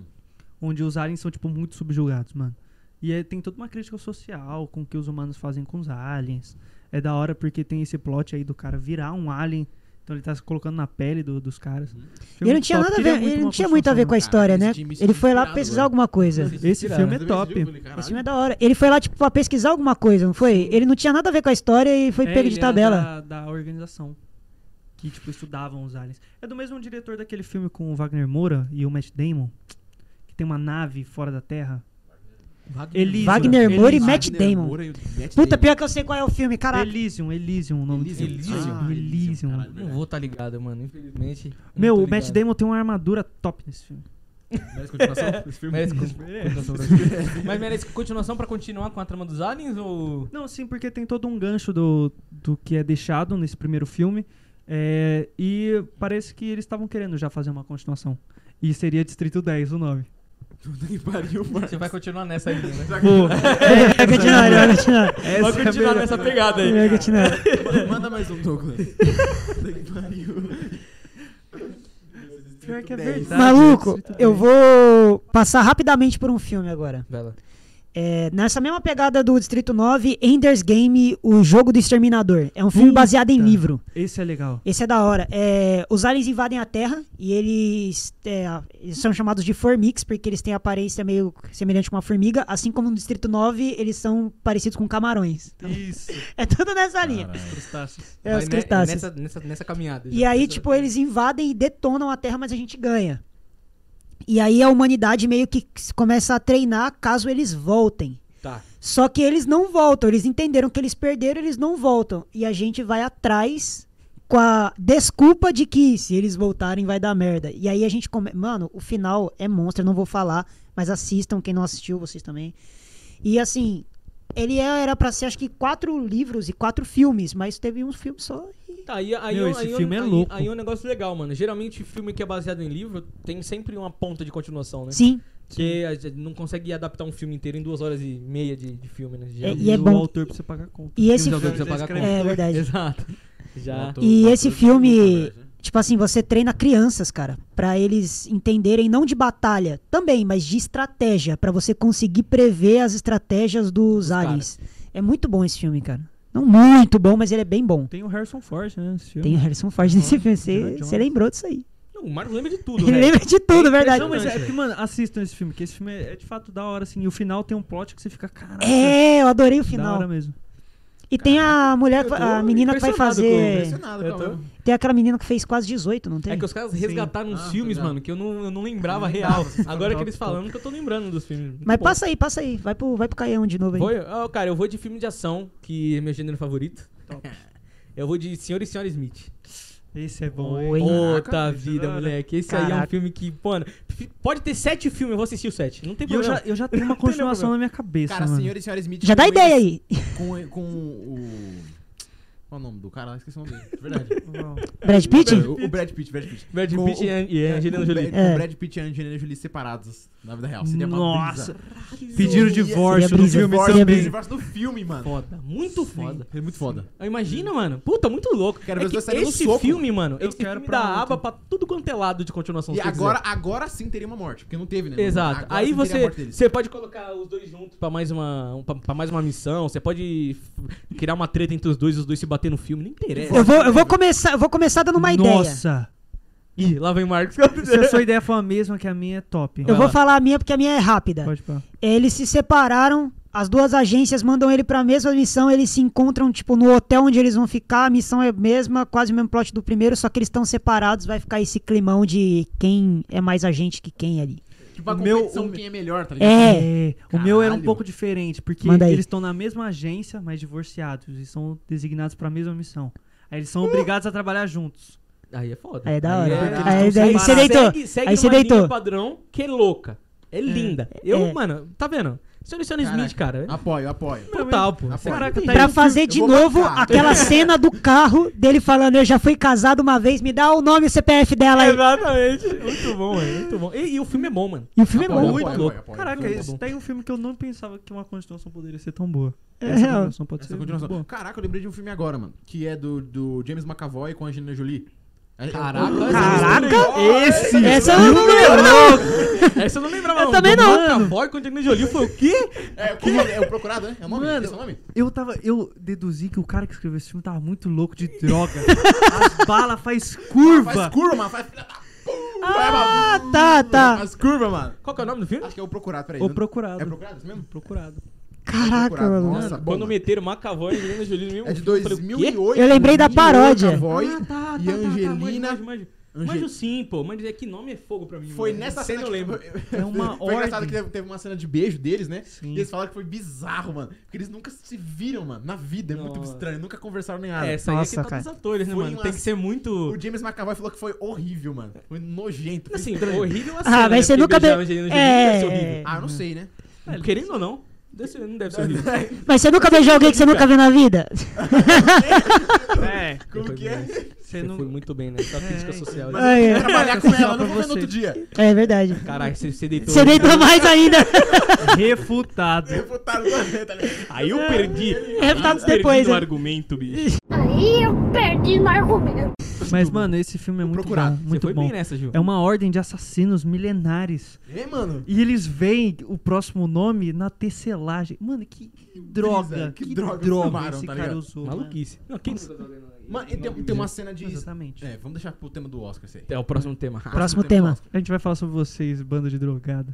Onde os aliens são, tipo, muito subjugados, mano. E aí tem toda uma crítica social com o que os humanos fazem com os aliens. É da hora porque tem esse plot aí do cara virar um alien. Então ele tá se colocando na pele do- dos caras.
Ele
Filme
não tinha
top. é
nada a
Queria
ver, ele
uma
não tinha muito a ver com a
continuação,
história,
cara.
né?
Esse time
Ele foi lá
inspirado,
pesquisar
mano.
alguma coisa.
né? Esse filme é
Mas eu vi
top.
esse filme, eu falei,
Esse filme é
caralho.
da hora. Ele foi lá, tipo, pra pesquisar alguma coisa, não foi? Ele não tinha nada a ver com a história e foi
É,
pego de
ele era
tabela.
Da, da organização. Que, tipo, estudavam os aliens. É do mesmo diretor daquele filme com o Wagner Moura e o Matt Damon. Que tem uma nave fora da Terra. Elysium.
Wagner
Elysium.
Moura e
Wagner
Matt Damon.
Moura e o tá Matt
Puta,
Damon.
pior que eu sei qual é o filme, caraca.
Elysium, Elysium o nome do filme.
Elysium.
Ah,
Elysium.
caralho,
Não
verdade.
vou tá ligado, mano. Infelizmente. não
Meu,
tô
o Matt
ligado.
Damon tem uma armadura top nesse filme.
Merece continuação? Esse filme?
Merece con- continuação pra- Mas merece continuação pra continuar com a trama dos aliens ou.
Não, sim, porque tem todo um gancho do, do que é deixado nesse primeiro filme. É, e parece que eles estavam querendo já fazer uma continuação. E seria Distrito 10 o nome.
Puta que pariu,
Você vai continuar nessa ainda, né?
mano.
É, vai continuar, vai continuar.
Essa
Vai
é a
continuar
melhor.
nessa pegada aí.
Vai continuar.
Manda mais um, Douglas. Puta que pariu.
Pior que é
Dez.
verdade.
Maluco,
Muito
eu
bem.
vou passar rapidamente por um filme agora.
Vai lá.
É, nessa mesma pegada do Distrito 9, Ender's Game, O Jogo do Exterminador. É um filme
Puta.
baseado em livro.
Esse é legal.
Esse é da hora. É, os aliens invadem a Terra e eles, é, eles são chamados de Formix, porque eles têm aparência meio semelhante com uma formiga. Assim como no Distrito 9, eles são parecidos com camarões.
Isso.
É tudo nessa linha.
Crustáceos.
É,
Vai
os
ne-
crustáceos.
Nessa, nessa, nessa caminhada.
E
já.
aí, tipo, eles invadem e detonam a Terra, mas a gente ganha. E aí a humanidade meio que começa a treinar caso eles voltem.
Tá.
Só que eles não voltam, eles entenderam que eles perderam, eles não voltam. E a gente vai atrás com a desculpa de que se eles voltarem vai dar merda. E aí a gente come... Mano, o final é monstro, eu não vou falar, mas assistam, quem não assistiu, vocês também. E assim, ele é- era pra ser acho que quatro livros e quatro filmes, mas teve um filme só e...
Tá, aí, aí,
Meu,
aí,
esse
aí-
filme é
aí-
louco.
Aí é um negócio legal, mano. Geralmente, filme que é baseado em livro tem sempre uma ponta de continuação, né?
Sim,
Porque a gente não consegue adaptar um filme inteiro em duas horas e meia de, de filme, né?
É,
Geralmente.
e é
o
bom-
autor pra você pagar a conta. um
e esse
Filme de alguém
filme...
que você
Já
paga a
escreveu.
conta.
É verdade.
Exato. Já.
E esse filme, tipo assim, você treina crianças, cara, pra eles entenderem não de batalha também, mas de estratégia, pra você conseguir prever as estratégias dos aliens. É muito bom esse filme, cara. Não muito bom, mas ele é bem bom.
Tem o Harrison Ford, né? Esse filme.
Tem Harrison Ford nesse
Indiana
filme, você
Jones.
você lembrou disso aí?
Não, o Marcos lembra de tudo,
Ele
velho.
lembra de tudo, verdade?
Não, mas é
Impressionante,
que, mano, assistam esse filme, que esse filme é, é de fato da hora, assim. E o final tem um plot que você fica, caralho.
É, eu adorei o
Da hora
final.
mesmo.
E tem a mulher,
eu tô
a menina que vai
impressionado
fazer.
Impressionado,
Eu tô-
calma.
Tem aquela menina que fez quase 18, não tem?
É que os caras resgataram
Sim.
uns
Ah,
filmes,
legal.
mano, que eu não, eu não lembrava real. Agora que eles
Top, top.
falando que eu tô lembrando dos filmes. Muito
Mas
bom.
passa aí, passa aí. Vai pro, vai pro Caião de novo aí.
Foi? Ah, cara, eu vou de filme de ação, que é meu gênero favorito. Eu vou de Senhor e Senhora Smith.
Esse é bom,
Oi.
hein?
Puta
Caraca,
vida,
cara.
moleque. Esse aí é um
Caraca.
filme que, mano, f- pode ter sete filmes, eu vou assistir o sete. Não tem
E eu já,
problema.
eu já tenho uma
Não tem
continuação
problema.
na minha cabeça,
Cara,
mano.
senhor e senhora Smith.
Já dá
com
ideia
eles-
aí.
Com, com o. Qual o nome do cara? lá? Esqueci o nome dele. de Verdade.
Uau.
Brad Pitt?
O, o Brad Pitt, Brad Pitt.
Brad
Com
Pitt
o-
e An- e Angelina
o
Jolie.
Brad-
É.
O Brad Pitt e a Angelina Jolie separados na vida real. Seria uma
Nossa.
brisa.
Pediram divórcio no filme
Seria brisa. Divórcio,
Divórcio,
também.
brisa.
divórcio do filme, mano.
Foda, muito foda.
É muito foda.
Ah, Imagina, mano. Puta, muito louco. É
Quero ver os
que
dois saindo no
esse
soco.
filme, mano,
Eu
esse
quero
filme
pra
dá
ontem.
aba pra tudo quanto é lado de continuação.
E
se você
agora, agora sim teria uma morte, porque não teve, né?
quiser. Exato.
Agora
Aí
sim teria a
você,
morte deles.
você pode colocar os dois juntos pra mais uma, um- pra, pra mais uma missão. Você pode f- criar uma treta entre os dois, os dois se bater no filme. Não interessa.
Eu vou, eu vou começar, eu vou começar dando uma ideia.
Nossa.
Ih, lá vem o Marcos.
Se a sua ideia for a mesma que a minha, é top.
Eu
Vai
vou
lá.
falar a minha porque a minha é rápida.
Pode pá.
Eles se separaram, as duas agências mandam ele pra mesma missão, eles se encontram tipo no hotel onde eles vão ficar, a missão é a mesma, quase o mesmo plot do primeiro, só que eles estão separados, vai ficar esse climão de quem é mais agente que quem ali.
Tipo, a
o meu-
competição,
o-
quem é melhor, tá ligado?
É,
O meu era um
Caralho.
pouco diferente, porque
Manda aí.
eles estão na mesma agência, mas divorciados, e são designados pra mesma missão. Aí eles
Hum.
são obrigados a trabalhar juntos.
Aí é foda.
Aí é da hora.
porque eles
Aí-
tão
aí você
separados.
deitou.
Segue, segue
Aí você
numa linha
deitou.
padrão que é louca. É linda. Eu,
é.
mano, tá vendo? Seleciona
Caraca.
Smith, cara. É
Apoio, apoio.
Total, pô.
Apoio.
Caraca, tá
um
Pra
aí.
fazer de
vou
novo
marcar.
aquela cena do carro dele falando eu já fui casado uma vez, me dá o nome e o CPF dela aí.
Exatamente. Muito bom, mano. Muito bom. E, e o filme é bom, mano.
E o
Tá
filme é bom.
muito louco. é
Caraca,
Muito bom.
esse tem um filme que eu não pensava que uma continuação poderia ser tão boa.
É
Essa
real.
continuação pode
Essa
ser
continuação.
muito boa.
Caraca, eu lembrei de um filme agora, mano. Que é do, do James McAvoy com a Angelina Jolie. É- é-
Caraca,
é
Caraca,
esse.
essa eu
Tá
não lembro não.
Essa eu não lembrava.
Eu também não.
Cowboy com Angelina Jolie foi o quê?
É, como é, é o procurado, né? É o nome?
Mano.
Esse é o nome?
Eu tava. Eu deduzi que o cara que escreveu esse filme tava muito louco de droga. As balas faz curva.
Faz curva, mano. Faz filha da puta.
Ah,
mano.
tá, tá.
Faz curva, mano.
Qual que é o nome do filme?
Acho que é o procurado, peraí.
Ou
Não-
procurado.
É procurado isso mesmo?
procurado.
Caraca,
Procurado.
mano.
Nossa, Tá bom,
Quando
mano.
meteram Macavoy e Angelina Jolie no mesmo
É de
filme, eu falei, o quê?
2008.
Eu lembrei da
James
paródia.
McAvoy
Ah, tá,
e
tá, tá, tá,
Angelina.
Manjo, manjo, manjo. Manjo sim, pô. Manjo é que nome é fogo pra mim.
Foi
mano.
nessa
Sei,
cena.
não
que-
lembro.
É uma
Foi engraçado
ordem.
que teve- teve uma cena de beijo deles, né?
Sim.
E eles falaram que foi bizarro, mano. Porque eles nunca se viram, mano. Na vida. É muito
Nossa.
estranho. Nunca conversaram nem nada.
É, essa aí é que
Nossa,
tá
cara.
dos atores, né,
Foi
mano?
uma-
Tem que ser muito... tipo
O James McAvoy falou que foi horrível, mano. Foi nojento. Foi
Assim,
estranho.
horrível a cena,
Ah, mas
né?
você
Porque
nunca É.
beijar
be-
a Angelina Jolie deve ser
É.
horrível.
Ah, eu não sei, né?
Querendo ou não, deve ser- não deve ser horrível.
Mas você nunca beijou alguém que você nunca viu na vida?
Como que é?
Você
Você
não.
foi muito bem, né? Só crítica social. né?
Ah, é.
Trabalhar com ela,
pra
não vou ver no
você.
outro dia.
É verdade.
Caralho, você, você deitou. né?
Você deitou mais ainda.
Refutado.
Refutado também, tá ligado?
Aí eu perdi.
Refutado
Eu perdi
É, depois,
no
é.
argumento, bicho.
Aí eu perdi no argumento.
Mas, mano, esse filme é muito
procurar.
bom.
Você
Muito
foi
bom.
bem nessa, Gil.
É
um
uma ordem de assassinos milenares.
É, mano.
E eles veem o próximo nome na tecelagem. Mano, que droga.
brisa,
Que,
é, que
droga,
droga que tomaram,
esse
tá
cara
ligado?
usou. mano.
Maluquice. Não, quem...
Mano, e tem, tem uma cena de.
Exatamente.
É, vamos deixar pro tema do Oscar esse aí.
É o próximo tema.
Próximo tema.
A gente vai falar sobre vocês, bando de drogados.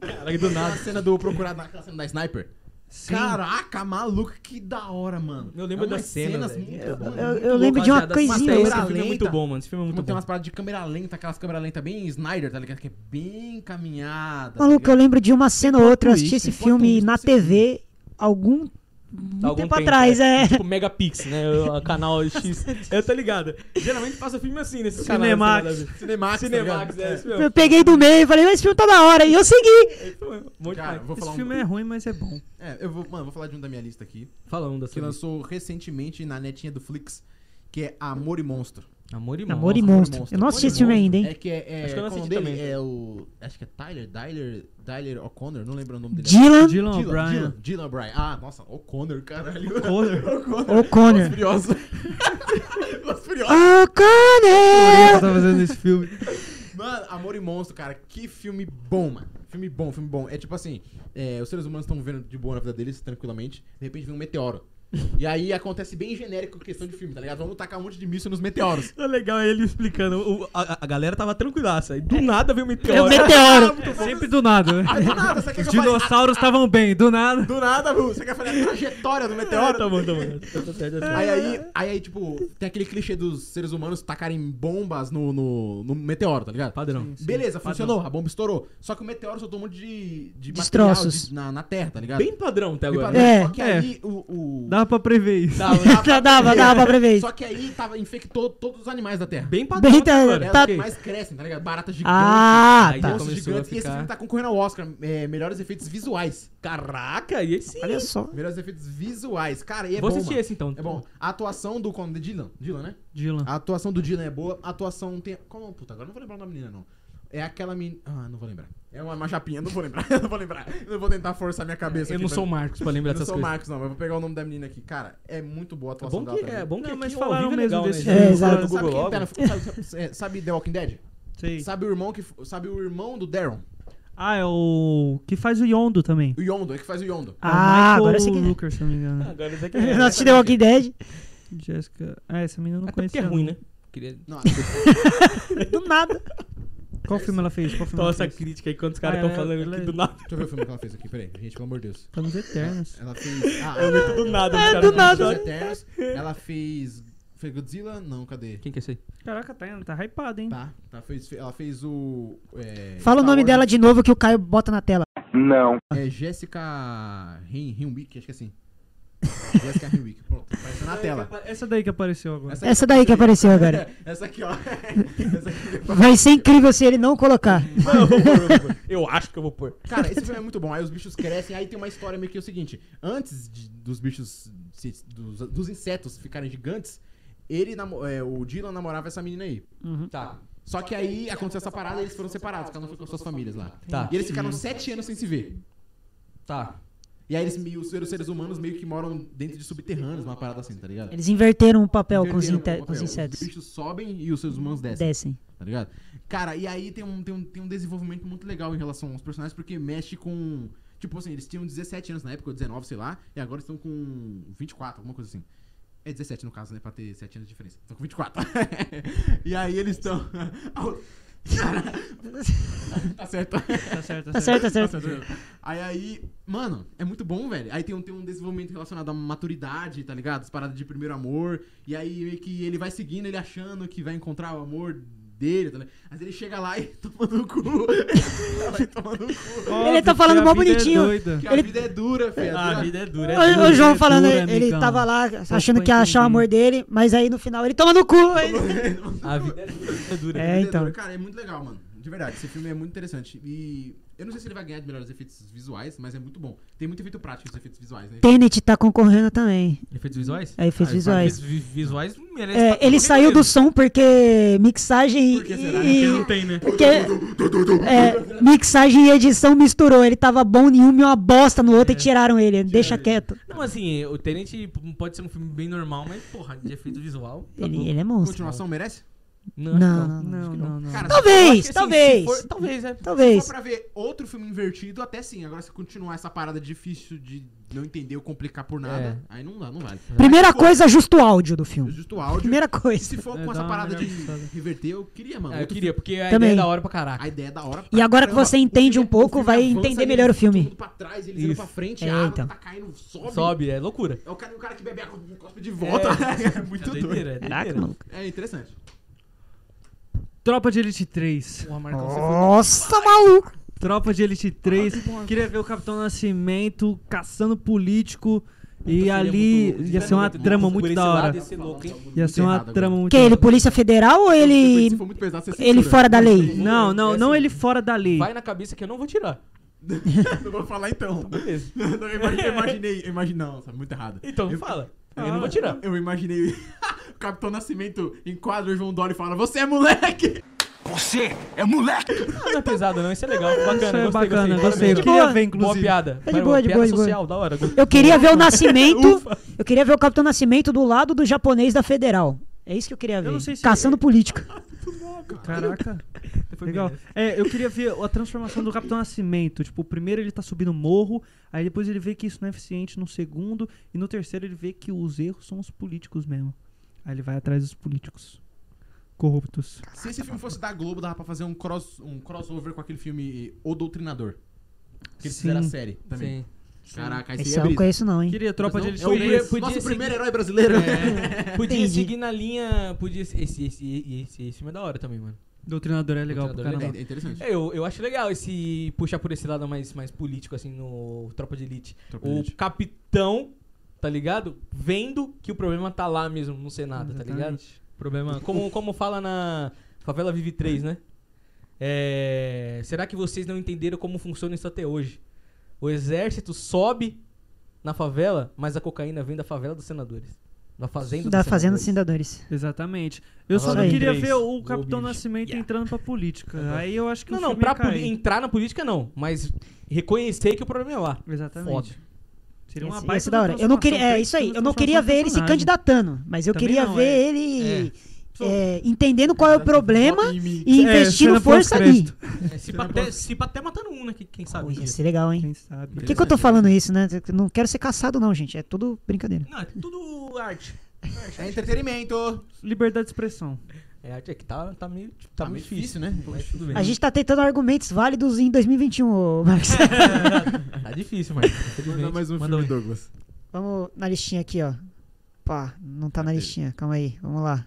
Caralho, do
A
nada.
cena do procurado, aquela cena da sniper. Caraca, maluco, que da hora, mano.
Eu lembro
é umas
das cenas,
cenas
velho.
muito
Eu,
boas,
eu-
muito
eu lembro de uma
Rapaziada, mas
coisinha.
é,
Câmera
Esse filme é
lenta.
muito bom, mano. Esse filme é muito
Tem
bom.
umas paradas de câmera lenta, aquelas câmera lenta bem Snyder, tá ligado? Que é bem tá caminhada.
Maluco, eu lembro de uma cena ou outra. Eu assisti
twist,
esse
plot
filme
twist,
na
esse filme.
TV algum
Há
muito
algum
tempo atrás, é.
Tipo Megapix, né? O canal X. Eu tô ligado. Geralmente passa filme assim nesses
Cinemax.
canais. assim, nada a ver.
Cinemax, tá
Cinemax,
ligado?
é isso
Eu
mesmo.
peguei do meio e falei, mas esse filme tá da hora. E eu segui.
É isso mesmo. Bom
Cara, eu
demais.
vou falar
Esse
um...
filme é ruim, mas é bom.
É, eu vou, mano, eu vou falar de um da minha lista aqui,
Fala um da
que
sua. lista.
lançou recentemente na netinha do Flix, que é Amor e Monstro.
Amor e
Amor e
Monstro.
Monstro. Eu não
Amor e
assisti esse filme ainda, hein?
É que é, é
Acho que eu não assisti
qual o nome dele?
também.
É o acho que é Tyler, Tyler, Tyler O'Connor, não lembro o nome dele.
Dylan
Dylan
Dylan,
O'Brien.
Dylan, Dylan O'Brien. Ah, nossa, O'Connor, caralho.
O'Connor.
O'Connor. Os
O'Connor.
Furiosos. Os Furiosos.
Ele
Ah, O'Connor!
tá fazendo esse filme.
Mano, Amor e Monstro, cara, que filme bom, mano. Filme bom, filme bom. É tipo assim, é, os seres humanos estão vivendo de boa na vida deles, tranquilamente, de repente vem um meteoro. E aí acontece bem genérico questão de filme, tá ligado? Vamos tacar um monte de míssil nos meteoros.
É legal ele explicando. O- a, a galera tava tranquilaça. Aí do nada veio um
É o
meteoro.
meteoro.
Sempre do nada, né?
Aí Ah, do nada, você quer
Os
que eu fale... ah,
dinossauros estavam bem, do nada.
Do nada, Ru, você quer falar a trajetória do meteoro?
Tá bom, tá bom. Tá- tá certo, tá certo.
Aí, aí, aí, aí, tipo, tem aquele clichê dos seres humanos tacarem bombas no, no, no meteoro, tá ligado?
Padrão.
Beleza, funcionou, a bomba estourou. Só que o meteoro soltou um monte de, de material
Destroços.
de- na, na Terra, tá ligado?
Bem padrão até
Bem
agora.
padrão.
É.
Só que
É.
aí o- o,
Dava pra prever isso.
Dava,
Dava, dava pra prever isso.
Só que aí tava, infectou todos os animais da Terra.
Bem padrão.
Bem
até
tá-
agora.
É,
tá-
os animais crescem, tá ligado? Barata gigante.
Ah,
Aí
tá.
já-
Monstro
Começou
gigante.
a
E esse
ficar-
filme tá concorrendo ao Oscar. é, melhores efeitos visuais.
Caraca, e esse.
Olha só.
Melhores efeitos visuais. Cara, e é
Vou
bom.
assistir
mano.
esse então.
É bom. A atuação do. Como, de Dylan. Dylan, né?
Dylan.
A atuação do Dylan é boa. A atuação tem. Como? Puta, agora eu não vou lembrar da menina, não. É aquela menina. Ah, não vou lembrar. É uma, uma chapinha, não vou lembrar. Eu não vou lembrar. Eu não vou tentar forçar minha cabeça.
Eu
aqui
não
pra-
sou o Marcos pra lembrar
Eu não
dessas
sou o
coisas.
Marcos, não, mas eu vou pegar o nome da menina aqui. Cara, é muito boa a
É
atuação
bom
dela.
que,
também.
é bom que
Não,
aqui
mas
ao
falaram
vivo é
mesmo
legal, né?
desse
Você
filme.
joga
Exato.
no
Sabe
Google
quem
logo.
tá na- sabe- sabe- é, Sabe The Walking Dead?
Sei.
Ah, Sabe o irmão que f- sabe o irmão do Daryl?
Ah, é o que faz o Yondo também.
O Yondo, é que faz o Yondo.
É o
Ah,
Michael
agora eu sei quem é.
Lucas, se não me engano.
Agora isso aqui
Eu não assisti The Walking Dead.
Jessica. Ah, essa menina eu não
Até porque
conhecia.
é ruim,
não.
né? Queria...
Não,
Do nada.
Qual filme ela fez? Qual filme
Então
ela
essa
fez?
crítica aí quando os caras
Ah,
estão
é,
falando
ela
aqui
é-
do nada.
deixa eu ver o filme que ela fez aqui, peraí, gente, pelo amor de Deus.
Estamos eternos.
Ela fez. Ah, ela fez
nada,
É,
os
do
caras tão
nada.
Os
falando.
Eternos, Ela fez. Foi Godzilla? Não, cadê?
Quem que é esse aí?
Caraca, tá, tá hypada, hein?
Tá, tá fez, ela fez o. é,
Fala o
Star
nome
Wars.
dela de novo que o Caio bota na tela.
É Jessica Hin- Hinwick, acho que é assim. Jéssica Hinwick, pronto, apareceu na tela.
Essa daí que apareceu agora.
Essa-
Essa daí que apareceu agora.
Essa aqui, ó. Essa aqui.
Vai ser incrível se ele não colocar.
eu vou pôr, eu vou pôr. Eu acho que eu vou pôr.
Cara, esse filme é muito bom. Aí os bichos crescem, aí tem uma história meio que é o seguinte: antes de- dos bichos, se- dos, dos insetos ficarem gigantes, ele namo- é, o Dylan namorava essa menina aí.
Tá,
Só que aí aconteceu essa parada e eles foram separados, cada um foi com suas famílias lá.
tá,
E eles ficaram sete anos sem se ver.
tá.
E aí eles meio, os seres- os seres humanos meio que moram dentro de subterrâneos, uma parada assim, tá ligado?
Eles inverteram o papel com os,
Inverteram o
inte- com os
papel.
insetos.
Os bichos sobem e os seres humanos descem,
Descem.
tá ligado? Cara, e aí tem um, tem, um, tem um desenvolvimento muito legal em relação aos personagens, porque mexe com. Tipo assim, eles tinham 17 anos na época, ou 19, sei lá, e agora estão com 24, alguma coisa assim. É 17 no caso, né? Pra ter 7 anos de diferença. Estão com 24. e aí eles estão. tá certo.
Tá certo,
Tá certo, tá certo.
Aí, aí, mano, é muito bom, velho. Aí tem um, tem um desenvolvimento relacionado à maturidade, tá ligado? As paradas de primeiro amor. E aí meio que ele vai seguindo, ele achando que vai encontrar o amor dele, tá ligado? Mas ele chega lá e toma no cu. ele chega lá e toma no cu.
Ele tá falando mó
é
bonitinho.
Que a
Ele-
vida é dura, velho.
Ah, a vida é dura. É
O,
dura.
o João
é
falando,
dura,
ele
amigão.
tava lá achando
tô
que ia achar o
entendendo.
amor dele, mas aí no final ele toma no cu. aí-
A vida é dura.
É, então.
Cara, é muito legal, mano. De verdade, esse filme é muito interessante. E eu não sei se ele vai ganhar de melhores efeitos visuais, mas é muito bom. Tem muito efeito prático os efeitos visuais, né?
Tenet tá concorrendo também.
Efeitos visuais?
É, efeitos visuais.
Efeitos vi- visuais
tá
merece
É,
estar
ele
tudo
saiu do
mesmo.
som porque mixagem
Por que será?
Porque
e.
não tem, né?
Porque, é, mixagem e edição misturou. Ele tava bom em um e uma bosta no outro e tiraram ele. Deixa
Tá
quieto.
Não, assim, o Tenant pode ser um filme bem normal, mas, porra, de efeito visual. tá bom.
Ele, ele é monstro.
Continuação merece?
Não,
Não, não, não.
Não, não, não.
Cara,
Eu
Talvez,
acho que, assim,
talvez.
se for- talvez, é.
se
Talvez.
for pra ver outro filme invertido, até sim. Agora, se continuar essa parada difícil de não entender ou complicar por nada, aí não dá, não vale.
É. Primeira coisa, ajusta o áudio do filme.
Justo o áudio.
Primeira
E
coisa.
se for
É,
com
dá
essa
uma
parada de
melhor pensada.
reverter, eu queria, mano.
É, eu
Outro
queria, porque a
Também.
ideia é da hora pra
filme-
caraca.
A ideia é da hora. pra
E agora que
caramba.
você
O
entende
filme-
um pouco,
o filme
vai
avança,
entender
ele
melhor o
todo
filme.
mundo pra trás, eles indo pra frente,
É,
a água
então.
tá caindo, sobe.
Sobe, é loucura.
É o cara, o cara que bebe água e cospe de volta. É, muito
é
doido.
doideira, é
Caraca,
doideira.
maluco.
É interessante.
Tropa de Elite 3.
Porra, Marcão, você foi...
Nossa, maluco.
Tropa de Elite 3. Queria ver o Capitão Nascimento caçando político. E
seria
ali
muito-
ia ser uma
muito-
trama
muito
muito
por esse
da hora.
é
lado, esse louco, hein?
Ia
Muito
ser uma
errado
trama
agora.
muito
Que ele, Polícia Federal ou
Depois, se
ele.
for muito pesado, você
Ele
censura.
fora da lei?
Não, não,
É
não
assim.
ele fora da lei.
Vai na cabeça que eu não vou tirar.
Não vou falar então.
Beleza.
Não, eu imagi- eu imaginei, eu imaginei, não, sabe, muito errado.
Então
eu,
fala. eu não vou tirar.
Eu imaginei o Capitão Nascimento enquadra o João Dória e fala: Você é moleque!
Você é moleque!
Ah, não é pesado, não. Isso é legal.
Isso
Bacana,
é
gostei,
bacana, gostei.
gostei.
Eu
Parabéns.
queria
boa.
ver,
Boa
inclusive.
piada.
É de boa, de
piada
boa, de boa.
social, da hora.
Eu queria ver o Nascimento. Eu queria ver o Capitão Nascimento do lado do japonês da Federal. É isso que eu queria ver.
não sei se- é-
Caçando política.
Caraca.
Foi
Legal.
bem, né?
É, eu queria ver a transformação do Capitão Nascimento. Tipo, primeiro ele tá subindo o morro, aí depois ele vê que isso não é eficiente no segundo, e no terceiro ele vê que os erros são os políticos mesmo. Aí ele vai atrás dos políticos corruptos.
Se esse filme fosse da Globo, dava pra fazer um, cross, um crossover com aquele filme O Doutrinador. Que eles
Sim.
fizeram a série também.
Sim.
Caraca, aí
Esse é um
seria
eu não
brisa.
conheço, não, hein?
Queria tropa de
Mas
elite.
não, eu
três.
queria- podia
Nosso
seguir-
primeiro herói brasileiro.
Podia
Entendi.
seguir na linha. Podia, esse, esse, esse, esse, esse filme é da hora também, mano.
Doutrinador é legal
Doutrinador
pra
é
caramba.
É, é interessante.
É, Eu, eu acho legal esse puxar por esse lado mais, mais político, assim, no Tropa de Elite.
Tropa de
o
Elite.
capitão, tá ligado? Vendo que o problema tá lá mesmo, não sei nada, tá ligado?
Exatamente.
Problema. Como, como fala na Favela Vive 3, né? É, será que vocês não entenderam como funciona isso até hoje? O exército sobe na favela, mas a cocaína vem da favela dos senadores. Da fazenda
Da
dos
Fazenda dos
senadores.
Cidadores.
Exatamente. Eu só
Isso
não
aí.
queria
Três.
ver o
Go,
Capitão
bicho.
Nascimento
Yeah.
entrando pra política. Aí eu acho que
Não,
o
não,
filme ia
pra poli-
cair.
entrar na política não, mas reconhecer que o problema é lá.
Exatamente.
Foda.
Seria uma
Esse-
baita
esse da hora. Eu não
transformação.
queria, é
Três
isso aí.
filmes
Eu não queria ver ele
transformação
se
de personagem.
candidatando, mas eu
Também
queria
não,
ver
é.
ele
É.
é, entendendo qual é o problema
Em mim.
e
É,
investindo
cena
força ali.
pós-crédito.
É, se, pá até, se pá até matando um, né? que- Quem sabe.
Pô,
um
ia
dia.
ser legal, hein?
Quem sabe?
Por que, que eu tô falando isso, né? Eu Não quero ser caçado, não, gente. É tudo brincadeira.
Não, é tudo arte.
É entretenimento.
Liberdade de expressão.
É arte é que tá, tá meio, tá
Tá
meio
muito
difícil.
difícil, né?
Mas tudo bem.
A gente tá tentando argumentos válidos em 2021, ô, Max.
Tá difícil, mas.
Manda mais um filme, Douglas.
Vamos na listinha aqui, ó. Pá, não tá na listinha. Calma aí, vamos lá.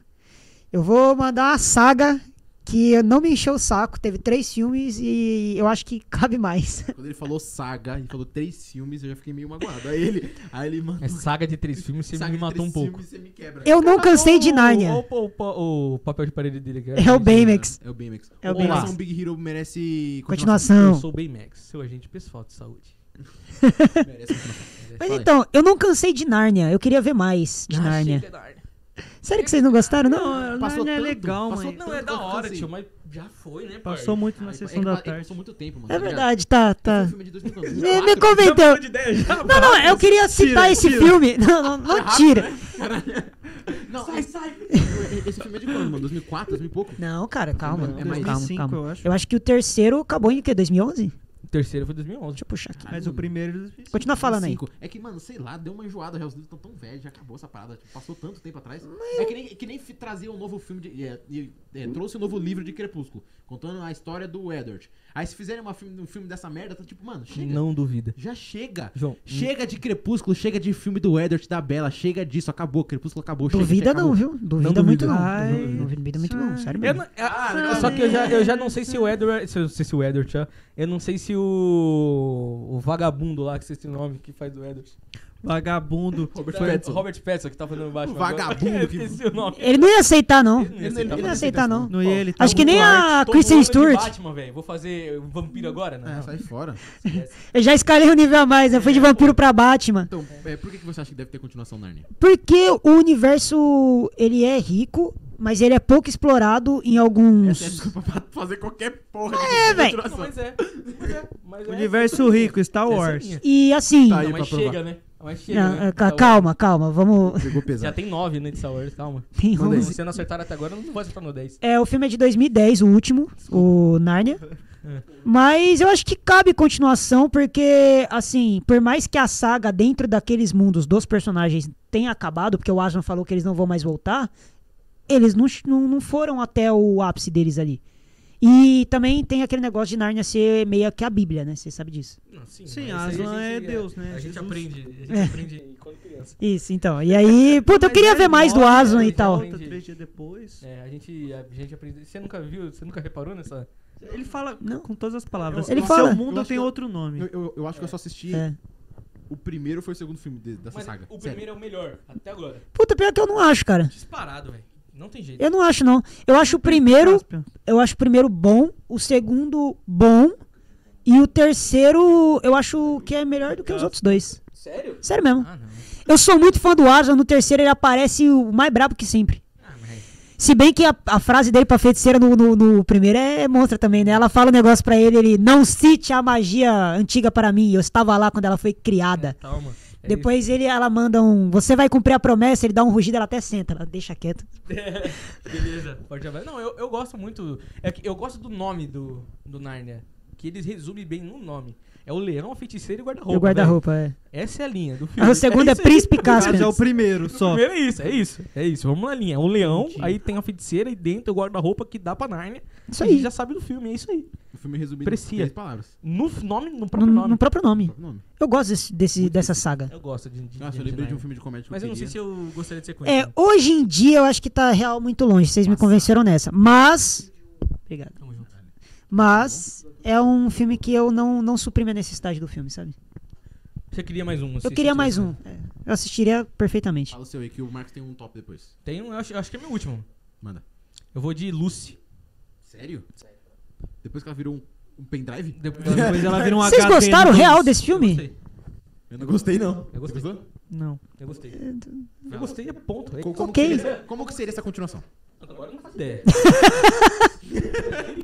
Eu vou mandar a saga que não me encheu o saco. Teve três filmes e eu acho que cabe mais.
Quando ele falou saga, ele falou três filmes, eu já fiquei meio magoado. Aí ele, aí ele mandou.
Essa um- É saga de três filmes você
saga
me
de
matou
três
um pouco.
filmes, Você me quebra.
Eu não cansei de Nárnia.
O, o, o, o papel de parede dele. que
É o Baymax.
É o Baymax.
É o
Olá,
Baymax.
Big Hero merece
Eu
Continuação.
sou o Baymax, seu agente pessoal de saúde.
Merece continuação.
Mas
Fala aí.
então, eu não cansei de Nárnia. Eu queria ver mais de Nárnia.
Chega, Nárnia.
Sério Ah, que vocês não gostaram, não?
Não,
Passou
não é
tanto,
legal,
passou
mas
tanto.
Não, é
Eu
da hora,
cansei.
tio, mas já foi, né, parça?
passou muito na
Ah,
sessão
é,
da
que- é que passou
tarde.
muito tempo, mano.
É
tá ligado?
verdade, tá,
Foi um
tá.
filme de 2014.
Me, me convenceu. Não, não, eu queria citar esse filme. Não, não, não tira.
Não, sai, sai. Esse filme é de quando, mano? 2004, 2000 e pouco?
Não, cara, calma.
É mais
calma,
2005,
calma.
eu acho.
Eu acho que o terceiro acabou em o quê? 2011?
O terceiro foi 2011.
Deixa eu puxar aqui.
Mas o primeiro.
Continua falando aí.
Cinco. É que, mano, sei lá, deu uma enjoada. já Os livros estão tão velhos, já acabou essa parada. tipo, passou tanto tempo atrás. É que nem, que nem fi- trazer um novo filme de. é, e- é, trouxe um novo livro de Crepúsculo, contando a história do Edward. Aí se fizerem uma filme- um filme dessa merda, tá tipo, mano, chega.
Não duvida.
Já chega.
Hum.
João,
Chega de Crepúsculo, chega de filme do Edward da Bela, chega disso, acabou. Crepúsculo acabou. chega,
Duvida
acabou.
não, viu? Duvida
Não
muito não.
duvida.
Duvi- Duvida muito não, sério
Eu
mesmo.
não- ah, só que eu já, eu já não sei se o Edward. Se, eu- se o Edward, ó, eu não sei se o, o, o vagabundo lá, que vocês têm o nome, que faz do Edward.
Vagabundo.
Tá
Robert
Pattinson.
Robert Pattinson, que tá fazendo embaixo.
O vagabundo
agora. Eu
que-
Esqueci o nome.
Ele não ia aceitar, não.
Ele não ia aceitar,
Ele não ia
não.
aceitar, não.
No, e ele tá
Acho que
muito
nem a
Tô
Kristen
voando de
Stewart.
Batman, velho. Vou fazer um vampiro agora, né?
É, sai fora.
Eu já escalei um nível a mais, eu fui de vampiro pra Batman.
Então, é, por que que você acha que deve ter continuação Narnia?
Porque o universo, ele é rico, mas ele é pouco explorado em
Essa é a
alguns...
desculpa pra fazer qualquer porra.
É, véi.
Não, mas é. Mas é. Mas é.
Universo rico, Star Wars.
minha.
E assim...
Tá aí
Não,
pra
mas
provar.
chega, né? Mas chega,
Não,
né?
é,
Tá,
ca- calma, calma, vamos...
Pegou
Já
pesado.
tem nove, né, de Star Wars, calma.
Tem
Manda aí.
Se
um...
você não acertar até agora, eu não vou acertar no 10.
É, o filme é de 2010, o último, o Narnia. Mas eu acho que cabe continuação, porque, assim, por mais que a saga dentro daqueles mundos dos personagens tenha acabado, porque o Aslan falou que eles não vão mais voltar, eles não, ch- não, não foram até o ápice deles ali. E também tem aquele negócio de Narnia ser meio que a Bíblia, né? Você sabe disso.
Não,
Sim,
mas aí
Aslan
a gente-
é Deus, né?
A gente
Jesus.
aprende, a gente aprende quando criança.
Isso, então. E é aí, puta, eu
é
queria ver mais do Aslan e
ele
tal.
morre.
Volta né? três dias depois.
É, a gente, a gente aprende. Você nunca viu, você nunca reparou nessa.
Ele fala
Não.
com todas as palavras.
Ele
O
fala.
Seu
Eu
mundo
acho
tem
que eu-
outro nome.
Eu, eu- eu acho que eu só assisti
É.
o primeiro foi o segundo filme de- dessa
Mas
saga.
o
Sério.
primeiro é o melhor, até agora.
Puta, pior que eu não acho, cara.
Disparado, velho. Não tem jeito.
Eu não acho, não. Eu acho o primeiro
Caspian.
eu acho o primeiro bom, o segundo bom e o terceiro eu acho que é melhor do que os outros dois.
Sério?
Sério mesmo.
Ah, não.
Eu sou muito fã do Aslan, no terceiro ele aparece o mais brabo que sempre.
Ah, mas.
Se bem que a, a frase dele pra feiticeira no, no- no primeiro é, monstra também, né? Ela fala um negócio pra ele, ele, não cite a magia antiga para mim, eu estava lá quando ela foi criada.
Calma. É
Depois ele, ela manda um, você vai cumprir a promessa, ele dá um rugido, ela até senta, ela deixa quieto.
isso. Beleza, pode avançar. Não, eu, eu gosto muito. É que eu gosto do nome do, do Narnia. Que eles resumem bem no nome. É o Leão, a Feiticeira e o Guarda-Roupa.
E o guarda-roupa, é.
velho. Essa é a linha do filme.
Aí o segundo é,
isso aí.
Príncipe
No caso, é
Caspian.
o primeiro só.
Primeiro é isso, é isso. É isso, vamos na linha. O leão, aí tem a feiticeira e dentro o guarda-roupa que dá pra Narnia.
Isso
A gente
aí.
já sabe do filme, é isso aí.
O filme é resumido
Parecia.
em três palavras. é
No f- nome, no
No,
próprio nome. É
no próprio
O
nome.
próprio nome.
Eu gosto desse, desse- dessa saga.
Eu gosto de. de
Nossa, eu
de
lembrei de um
Narnia.
filme de comédia que
Mas eu não sei
queria.
se eu gostaria de ser
É,
conhecido.
hoje em dia eu acho que tá real muito longe, vocês me convenceram nessa. Mas. Obrigado.
Tamo junto.
Mas é um filme que eu não, não suprime a necessidade do filme, sabe?
Você queria mais um?
Eu
se-
queria
se
mais um.
tivesse.
É, Eu assistiria perfeitamente.
Fala o seu aí que o Marcos tem um top depois.
Tem um, eu acho, eu acho que é meu último.
Manda.
Eu vou de Lucy.
Sério? Sério. Depois que ela virou um, um pendrive?
Depois
Depois ela vira um
Vocês
HD
gostaram
no-
real desse
eu
filme?
gostei.
Eu não gostei, não.
Eu gostei.
Você gostou?
Não.
Eu gostei. Eu gostei, é ponto. É
Co- Como,
Ok.
que seria, como que seria essa continuação?
Agora eu não faço ideia.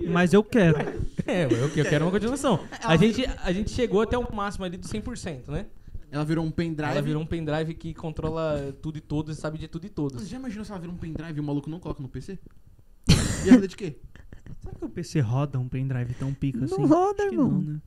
Mas eu quero.
é, eu, eu quero uma continuação.
É,
A gente, a gente chegou até o máximo ali do 100%, né?
Ela virou um pendrive.
Ela virou um pendrive que controla tudo e todos e sabe de tudo e
Você
todos.
já imaginou se ela vira um pendrive e o maluco não coloca no PC? E ela de quê?
Será que o PC roda um pendrive tão pica assim?
Não roda,
Acho que
irmão.
não, né?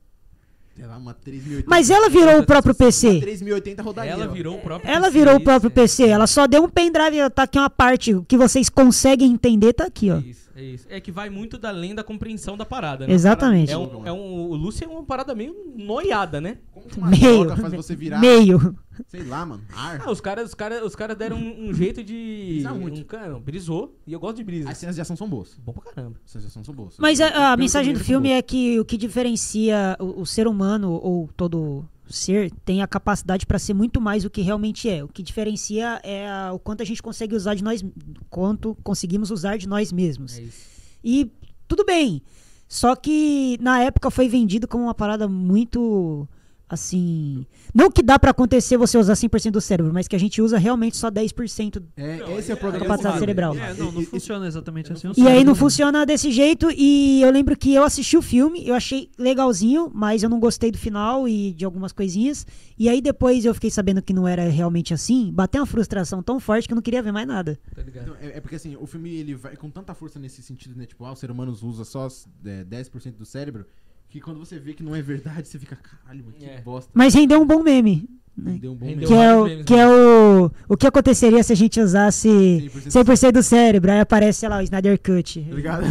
Sei lá, uma 3080.
Mas ela virou o próprio
Uma
PC.
3080 rodaria.
Ela
ó. É.
virou o próprio
Ela
PC,
virou o próprio
é.
PC. Ela só deu um pendrive. ela Tá aqui uma parte que vocês conseguem entender. Tá aqui, ó.
É isso, é isso. É que vai muito da além da compreensão da parada, né?
Exatamente.
É um, é um, o Lúcio é uma parada meio noiada, né?
Como que uma
Meio.
droga faz você virar,
Meio.
sei lá, mano, ar?
Ah, os caras os cara, os cara deram um, um jeito de.
Brisa muito.
Um, cara, não, brisou. E eu gosto de brisa.
As cenas de ação são boas.
Bom pra caramba.
As cenas de ação são boas.
Mas
Pelo
a, a
que eu
mensagem do
lembro,
filme
são
é que o que diferencia o, o ser humano ou todo ser tem a capacidade para ser muito mais o que realmente é. O que diferencia é a- o quanto a gente consegue usar de nós, quanto conseguimos usar de nós mesmos.
É isso.
E tudo bem. Só que na época foi vendido como uma parada muito assim, não que dá pra acontecer você usar 100% do cérebro, mas que a gente usa realmente só 10%
boas. É, esse é o programa.
capacidade cerebral.
É, não, não funciona exatamente assim. eu
E
sei.
aí não funciona desse jeito. E eu lembro que eu assisti o filme, eu achei legalzinho, mas eu não gostei do final e de algumas coisinhas. E aí depois eu fiquei sabendo que não era realmente assim. Bateu uma frustração tão forte que eu não queria ver mais nada.
Tá ligado?
Então, é, é porque assim, o filme ele vai com tanta força nesse sentido, né? Tipo, ah, o ser humano usa só é, 10% do cérebro, que quando você vê que não é verdade, você fica, caralho, mano, que
É.
bosta.
Mas rendeu um bom meme.
Deu um bom né?
Rendeu
Que
negócio.
é,
vários
o,
memes,
que é o. O que aconteceria se a gente usasse
100%
100% do cérebro? Aí aparece, sei lá, o Snyder Cut.
Tá ligado?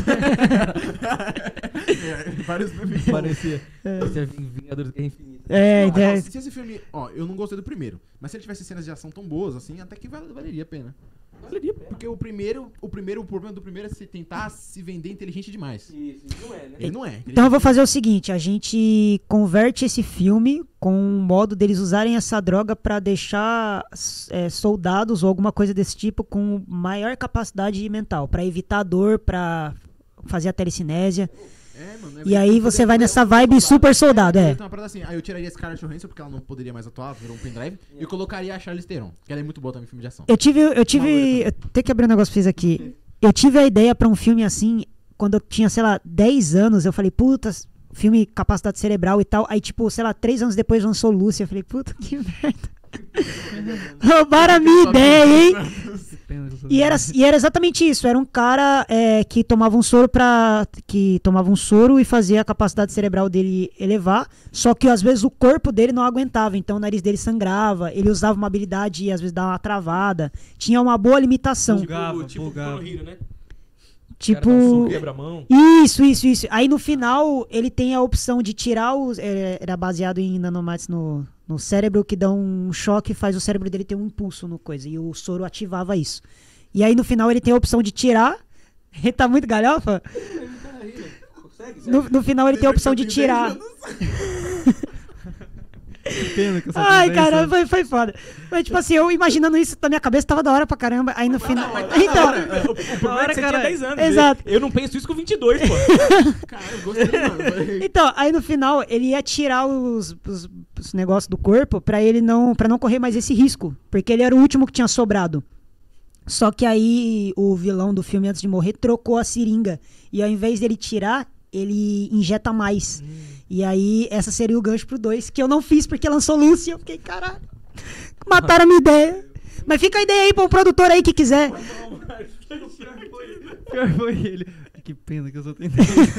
É, Vários filmes.
Parecia. Parecia Vingadores Guerra Infinita.
É,
Não,
ideia-
não, se, se esse filme, ó, eu não gostei do primeiro, mas se ele tivesse cenas de ação tão boas assim, até que val- valeria a pena.
É.
Valeria a pena.
Porque o primeiro, o primeiro, o problema do primeiro é se tentar se vender inteligente demais.
Isso, isso não é, né?
Ele não é.
Então eu vou fazer o seguinte, a gente converte esse filme com um modo deles usarem essa droga pra deixar é, soldados ou alguma coisa desse tipo com maior capacidade mental, pra evitar dor, pra fazer a telecinésia.
É, mano, é
E aí
verdade.
você
Eu
vai
tenho-
nessa
eu tenho
vibe
uma
super
parada-
soldado,
eu
é.
tenho uma parada assim, aí eu tiraria Scarlett Johansson, porque ela não poderia mais atuar, virou um pendrive, e eu colocaria a Charlize Theron, que ela é muito boa também em filme de ação.
Eu tive, eu tive, eu tenho que abrir um negócio pra vocês aqui. Eu tive a ideia pra um filme assim, quando eu tinha, sei lá, 10 anos, eu falei, puta, filme capacidade cerebral e tal. Aí, tipo, sei lá, 3 anos depois lançou Lúcia. Eu falei, puta, que merda. Roubaram a minha ideia, hein? E era, assim. e era exatamente isso. Era um cara é, que tomava um soro para que tomava um soro e fazia a capacidade cerebral dele elevar. Só que às vezes o corpo dele não aguentava, então o nariz dele sangrava. Ele usava uma habilidade e às vezes dava uma travada. Tinha uma boa limitação.
Bugava,
tipo,
bugava.
Chrono Hero, né? O cara
Tipo,
dá um soco, quebra a mão.
isso, isso, isso. Aí no final ele tem a opção de tirar os. é, Era baseado em nanomates no, no cérebro que dá um choque e faz o cérebro dele ter um impulso no coisa. E o soro ativava isso. E aí no final ele tem a opção de tirar. Ele tá muito galhofa? No, no final ele tem a opção de tirar.
Pena que eu só tenho
Ai,
10
cara,
anos.
foi, foi foda. Mas, tipo assim, eu imaginando isso na minha cabeça, tava da hora pra caramba. Aí no final. Então,
O problema é
hora,
que você
cara,
tinha 10 anos.
exato.
Eu, eu não penso isso com 22, pô.
Cara, eu gostei, mano.
então, aí no final ele ia tirar os, os- os negócios do corpo pra ele não para não correr mais esse risco. Porque ele era o último que tinha sobrado. Só que aí o vilão do filme, antes de morrer, trocou a seringa. E ao invés dele tirar, ele injeta mais. E aí, essa seria o gancho pro 2, que eu não fiz porque lançou Lúcia. Eu fiquei, caralho. Mataram a minha ideia. Mas fica a ideia aí pra um produtor aí que quiser.
Pior foi ele. Que pena que eu só tenho 10 anos.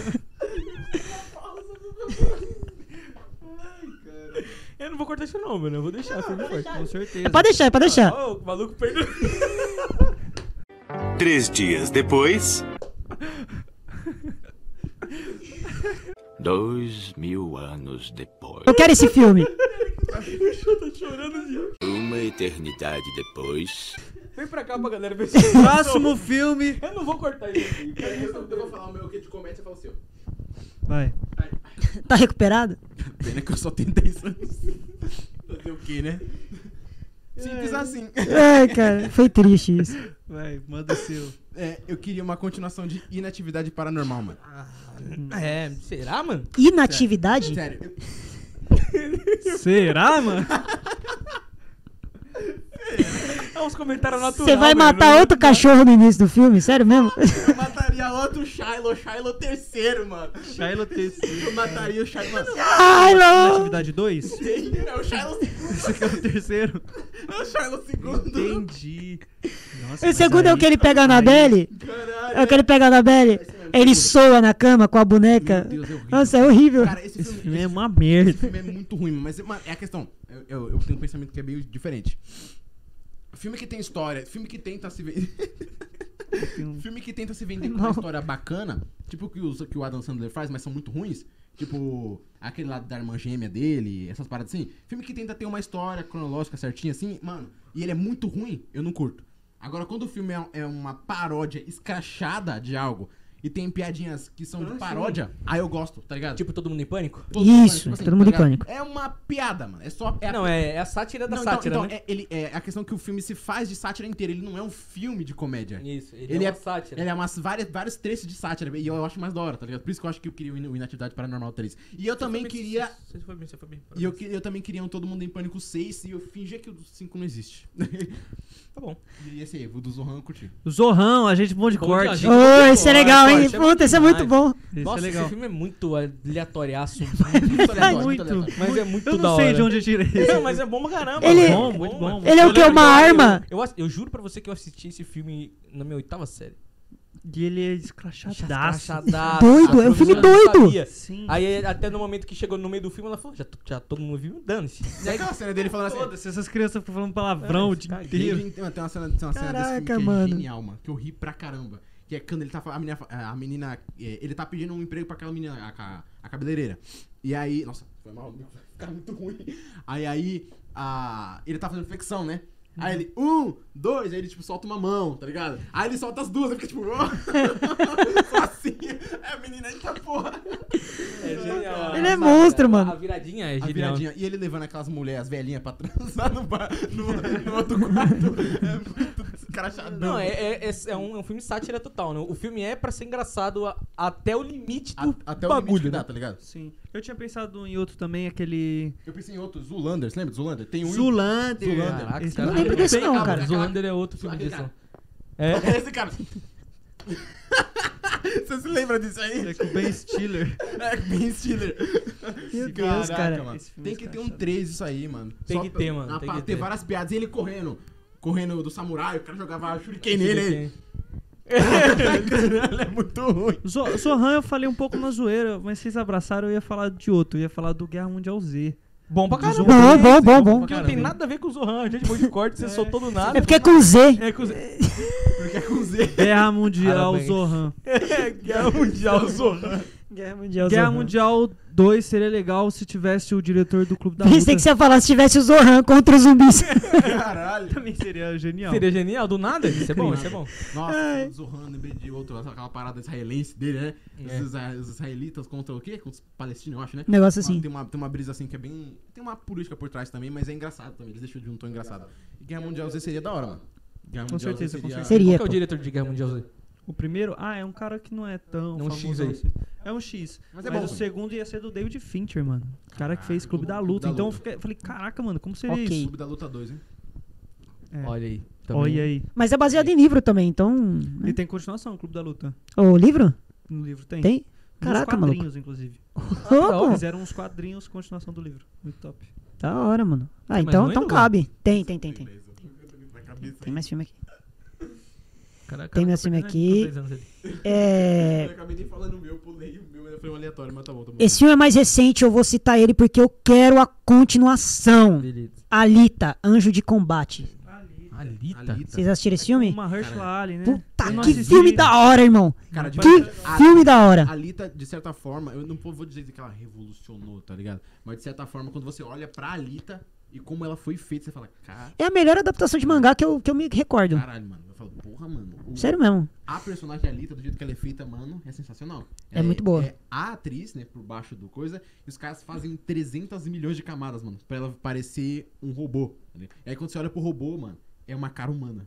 Eu não vou cortar isso não, mano. Eu vou deixar, assim, firme e forte.
Com certeza.
É pra deixar, é pra deixar.
Ó, o maluco perdeu.
Três dias depois.
Dois mil anos depois.
Eu quero esse filme.
Uma eternidade depois.
Vem pra cá pra galera ver se...
Próximo filme.
Eu não vou cortar isso aqui.
Aí eu vou falar o meu que de comédia e falo o seu.
Vai.
Tá recuperado?
Pena que eu só tenho 10 anos. Fazer o quê, né? Simples assim.
Ai, É, cara, foi triste isso.
Vai, manda o seu.
É, eu queria uma continuação de Inatividade Paranormal, mano.
É, será, mano?
Inatividade?
Sério, eu-
Será, mano?
É uns comentários natural.
Você vai
mano. é?
matar outro cachorro no início do filme? Sério mesmo?
eu mataria outro Shiloh, Shiloh terceiro, mano.
Shiloh terceiro.
Eu mataria o Shiloh. Mano,
Ai, não!
Atividade 2?
tem, é o Shiloh segundo,
Esse aqui é o terceiro.
é o Shiloh segundo.
Entendi. Nossa,
O
mas
segundo é o
aí-
que ele pega na Belle? É o que ele pega na Belle? Ele soa na cama com a boneca?
Meu Deus, é horrível.
Nossa, é horrível.
Cara, esse
Esse
filme,
filme é uma merda.
esse filme é muito ruim, mas mano, é a questão. Eu, eu- eu tenho um pensamento que é meio diferente. Filme que tem história, filme que tenta se vender. filme que tenta se vender com uma história bacana, tipo o que, os- que o Adam Sandler faz, mas são muito ruins. Tipo, aquele lado da irmã gêmea dele, essas paradas assim. Filme que tenta ter uma história cronológica certinha, assim, mano, e ele é muito ruim, eu não curto. Agora, quando o filme é, é uma paródia escrachada de algo e tem piadinhas que são de paródia, aí eu gosto, tá ligado?
Tipo, todo mundo em pânico?
Todo mundo
Isso,
pânico,
todo mundo
ligado?
pânico.
É uma piada, mano. É só. É
Não, é, é a sátira da
Não, então-
sátira,
então,
né?
é, ele, é a questão que o filme se faz de sátira inteira. Ele não é um filme de comédia.
Isso, ele,
Ele
é
é-
uma sátira.
Ele é umas várias, vários trechos de sátira. E eu, acho mais da hora, tá ligado? Por isso que eu acho que eu queria o In- o Inatividade Paranormal 3. E eu também queria.
Você foi bem, você foi bem.
E eu, que- eu também queria um Todo Mundo em Pânico 6 e eu fingia que o 5 não existe.
Tá bom.
e esse aí, o do Zohan eu curti.
Zorrão, a gente bom de
Bom de
corte.
agente.
Ô, esse é legal, hein? Puta, esse é muito bom.
Esse
Nossa,
é legal. é
esse filme é muito aleatoriaço.
Muito aleatório,
muito.
aleatório.
mas é muito
Eu
da
não sei
hora.
de onde eu tirei isso.
Não, mas é bom pra caramba.
Ele-
mano.
Bom, muito bom.
mano.
Ele é o
Eu
quê?
lembro
Uma
que eu-
arma?
Eu, ass- eu juro pra você que eu assisti esse filme na minha oitava série.
E ele é escrachadaço.
Chadaço.
Doido, é um filme doido.
Sim.
Aí até no momento que chegou no meio do filme, ela falou, já, t- já todo mundo viu, dane-se.
Sabe aquela cena dele falando assim.
Foda-se, essas crianças ficam falando
É,
palavrão o dia inteiro.
Tem, tem uma cena, tem uma cena desse filme que
Caraca, mano.
é genial, mano. Que eu ri pra caramba. Que é quando ele tá fa- a menina, fa- a menina é, ele tá pedindo um emprego pra aquela menina, a, ca- a cabeleireira. E aí, nossa, foi mal, meu, vai ficar muito ruim. Aí aí a, ele tá fazendo flexão, né? Aí ele, um, dois, aí ele, tipo, solta uma mão, tá ligado? Aí ele solta as duas, aí fica tipo, ó. Só assim. É a menina, eita porra.
É genial.
Ele é monstro, mano.
A viradinha é
A
genial.
viradinha. E ele levando aquelas mulheres velhinhas pra transar no, bar, no, no outro quarto. É muito crachadão.
Não, é, é- é- é um, é um filme sátira total, né? O filme é pra ser engraçado a- até o limite do
A- até o bagulho,
bagulho,
limite que dá,
né?
tá ligado?
Sim. Eu tinha pensado em outro também, aquele.
Eu pensei em outro, Zulander, você lembra do Zulander? Tem um.
Zulander.
Zoolander.
Caraca,
Esse
cara,
não
é
lembro
bem
desse não,
caro.
né?
cara.
Zoolander é outro filme de ação.
É esse cara. Você se lembra disso aí?
É com o Ben Stiller.
É Ben Stiller.
Meu Deus, cara.
mano.
Esse filme
Tem que ter um
escrachado.
3 isso aí, mano.
Tem
Só
que
pra-
ter, mano,
na
tem
pa-
que
ter
ter.
várias piadas e ele correndo. Correndo do samurai, o cara jogava shuriken
Esse
nele.
filme
ele-
tem-
Ele é muito ruim.
Zo- Zohan eu falei um pouco na zoeira, mas vocês abraçaram, eu ia falar de outro. Eu ia falar do Guerra Mundial Z.
Bom pra
Do
caramba.
Zohan.
Bom, bom, bom, bom.
Porque não tem nada a ver com o Zohan. A gente foi de corte, você soltou do nada.
É porque é com Z.
É com os...
Porque é com Z.
Guerra Mundial
Parabéns.
Zohan.
Guerra Mundial Zohan.
Guerra Mundial.
Guerra Mundial 2 seria legal se tivesse o diretor do Clube da Luta.
Pensei que você ia falar se tivesse o Zohan contra os zumbis.
Caralho.
também seria genial.
Seria genial, do nada? Isso é bom, isso é bom.
Nossa, um o Zohan, lembrei de outro, aquela parada israelense dele, né? Os, isa- os israelitas contra o quê? Contra os palestinos, eu acho, né?
Negócio
Ah,
assim.
Tem uma, tem uma brisa assim que é bem. Tem uma política por trás também, mas é engraçado também. Eles deixam de um tom engraçado. E Guerra Mundial Z seria da hora, mano. Guerra
Com
Mundial
certeza,
Z
com
seria...
certeza.
Qual
Seria,
que é o
pô.
diretor de Guerra Mundial Z?
O primeiro, ah, é um cara que não é tão
É um X
famosão
aí.
assim. É um X.
Mas
Mas,
é bom,
o
sim.
segundo ia ser do David Fincher, mano. O cara que fez
Caralho,
Clube da
Clube da
Luta. então eu
Luta.
fiquei- eu falei, caraca, mano, como seria
Ok.
isso?
Clube da Luta 2, hein?
É.
Olha aí. também.
Olha aí.
Mas é baseado em livro também, então.
E tem continuação, Clube da Luta.
O livro?
No livro tem.
Tem?
Nos
Caraca,
quadrinhos,
maluco.
inclusive.
Louco.
Fizeram uns quadrinhos continuação do livro. Muito top.
Da hora, mano. Ah,
Tem mais um
então,
aí,
então
Duvan?
cabe. Tem, tem, tem, tem. Tem mais filme aqui.
Caraca,
Tem
eu
meu
tô
filme
perdendo
aqui.
dois anos ali.
Eu
É,
acabei nem falando o meu, pulei o meu, foi um aleatório, mas tá bom, tá bom.
Esse filme é mais recente, eu vou citar ele porque eu quero a continuação.
Beleza.
Alita, Anjo de Combate.
Alita.
Alita.
Vocês assistiram esse filme?
Uma Herschel Ali, né? Eu
Puta,
não
que
assisti.
filme da hora, irmão.
Cara, de
Que é?
verdade, a-
filme da hora.
a Alita, de certa forma, eu não vou dizer que ela revolucionou, tá ligado? Mas de certa forma, quando você olha pra Alita e como ela foi feita, você fala, cara,
É a melhor adaptação de mangá que eu, que eu me recordo.
caralho, mano. Eu falo, porra, mano. o-
Sério mesmo.
A personagem Alita, do jeito que ela é feita, mano, é sensacional.
É
Ela
muito boa.
É a atriz, né, por baixo do coisa, e os caras fazem 300 milhões de camadas, mano, pra ela parecer um robô. né? E aí quando você olha pro robô, mano, é uma cara humana.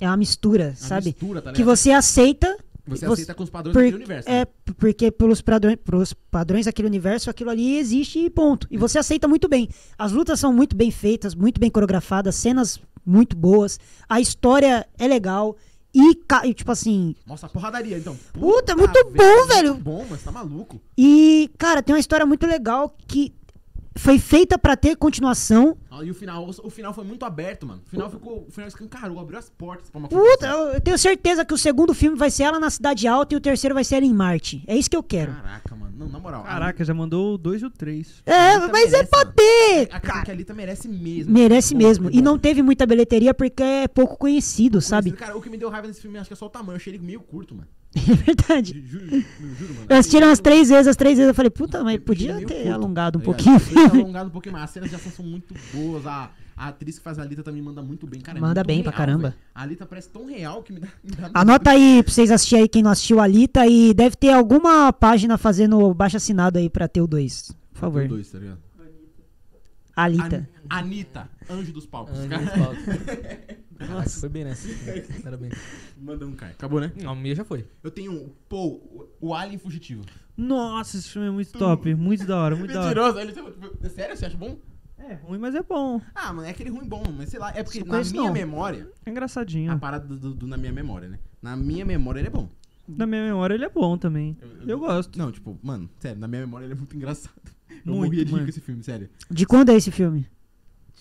É uma mistura,
Uma
sabe?
mistura, tá
Que
ligado?
você aceita.
Você,
você-
aceita com os padrões
por-
daquele universo.
É,
né?
p- porque pelos padrões, pros padrões daquele universo, aquilo ali existe e ponto. E você aceita muito bem. As lutas são muito bem feitas, muito bem coreografadas, cenas muito boas, a história é legal. E, ca- e, tipo assim.
Nossa, porradaria, então.
Puta, é muito
velho,
bom, velho.
Muito bom, mas tá maluco.
E, cara, tem uma história muito legal que foi feita pra ter continuação.
Ah, E o final, o final foi muito aberto, mano. O final ficou, o final escancarou, abriu as portas pra uma
Puta, é um-
continuação.
eu eu tenho certeza que o segundo filme vai ser ela na Cidade Alta e o terceiro vai ser ela em Marte. É isso que eu quero.
Caraca, mano. Não, na moral. a
Caraca, já mandou o 2 e o 3.
é,
Alita
mas é
merece,
pra
mano.
ter!
A cara que a Alita merece mesmo.
Merece
Bom,
mesmo.
muito
E
bom.
não teve muita bilheteria porque é pouco conhecido, sabe?
Cara, o que me deu raiva nesse filme, acho que é só o tamanho. Eu achei ele meio curto, mano.
É verdade.
Ju- Juro, juro, juro, mano.
Eu assisti umas três vezes, as três vezes eu falei, puta, mas
Ele é
podia
meio
ter
curto,
alongado um
tá ligado?
pouquinho.
Podia ter alongado um pouquinho mais. As cenas de ação são muito boas. A, a atriz que faz a Alita também manda muito bem, cara. é
Manda
muito
bem pra
real,
caramba.
velho. A Alita parece tão real que me dá. Me dá
Anota aí pra vocês assistirem aí quem não assistiu a Lita e deve ter alguma página fazendo o baixo assinado aí pra ter o 2. Por favor.
Tem dois, tá ligado?
Alita.
An- Anitta, anjo dos palcos.
Anjo
Cara,
dos Palcos. Nossa, foi bem nessa. Parabéns.
Manda um cara. Acabou, né?
Não, a minha já foi.
Eu tenho um. Pô, o- o Alien Fugitivo.
Nossa, esse filme é muito top. Muito da hora, muito da hora.
Mentiroso. Ele, tipo, sério, você acha bom?
É ruim, mas é bom.
Ah, mano, é aquele ruim bom, mas sei lá. É porque
Não
na
conheço,
minha
não.
memória.
É
A
Ah.
engraçadinho.
parada do, do- do na minha memória, né? Na minha memória ele é bom.
Na minha memória ele é bom também. Eu gosto.
Não, tipo, mano, sério, na minha memória ele é muito engraçado. Eu
Muito,
morria de rir
mano.
com esse filme, sério.
De quando é esse filme?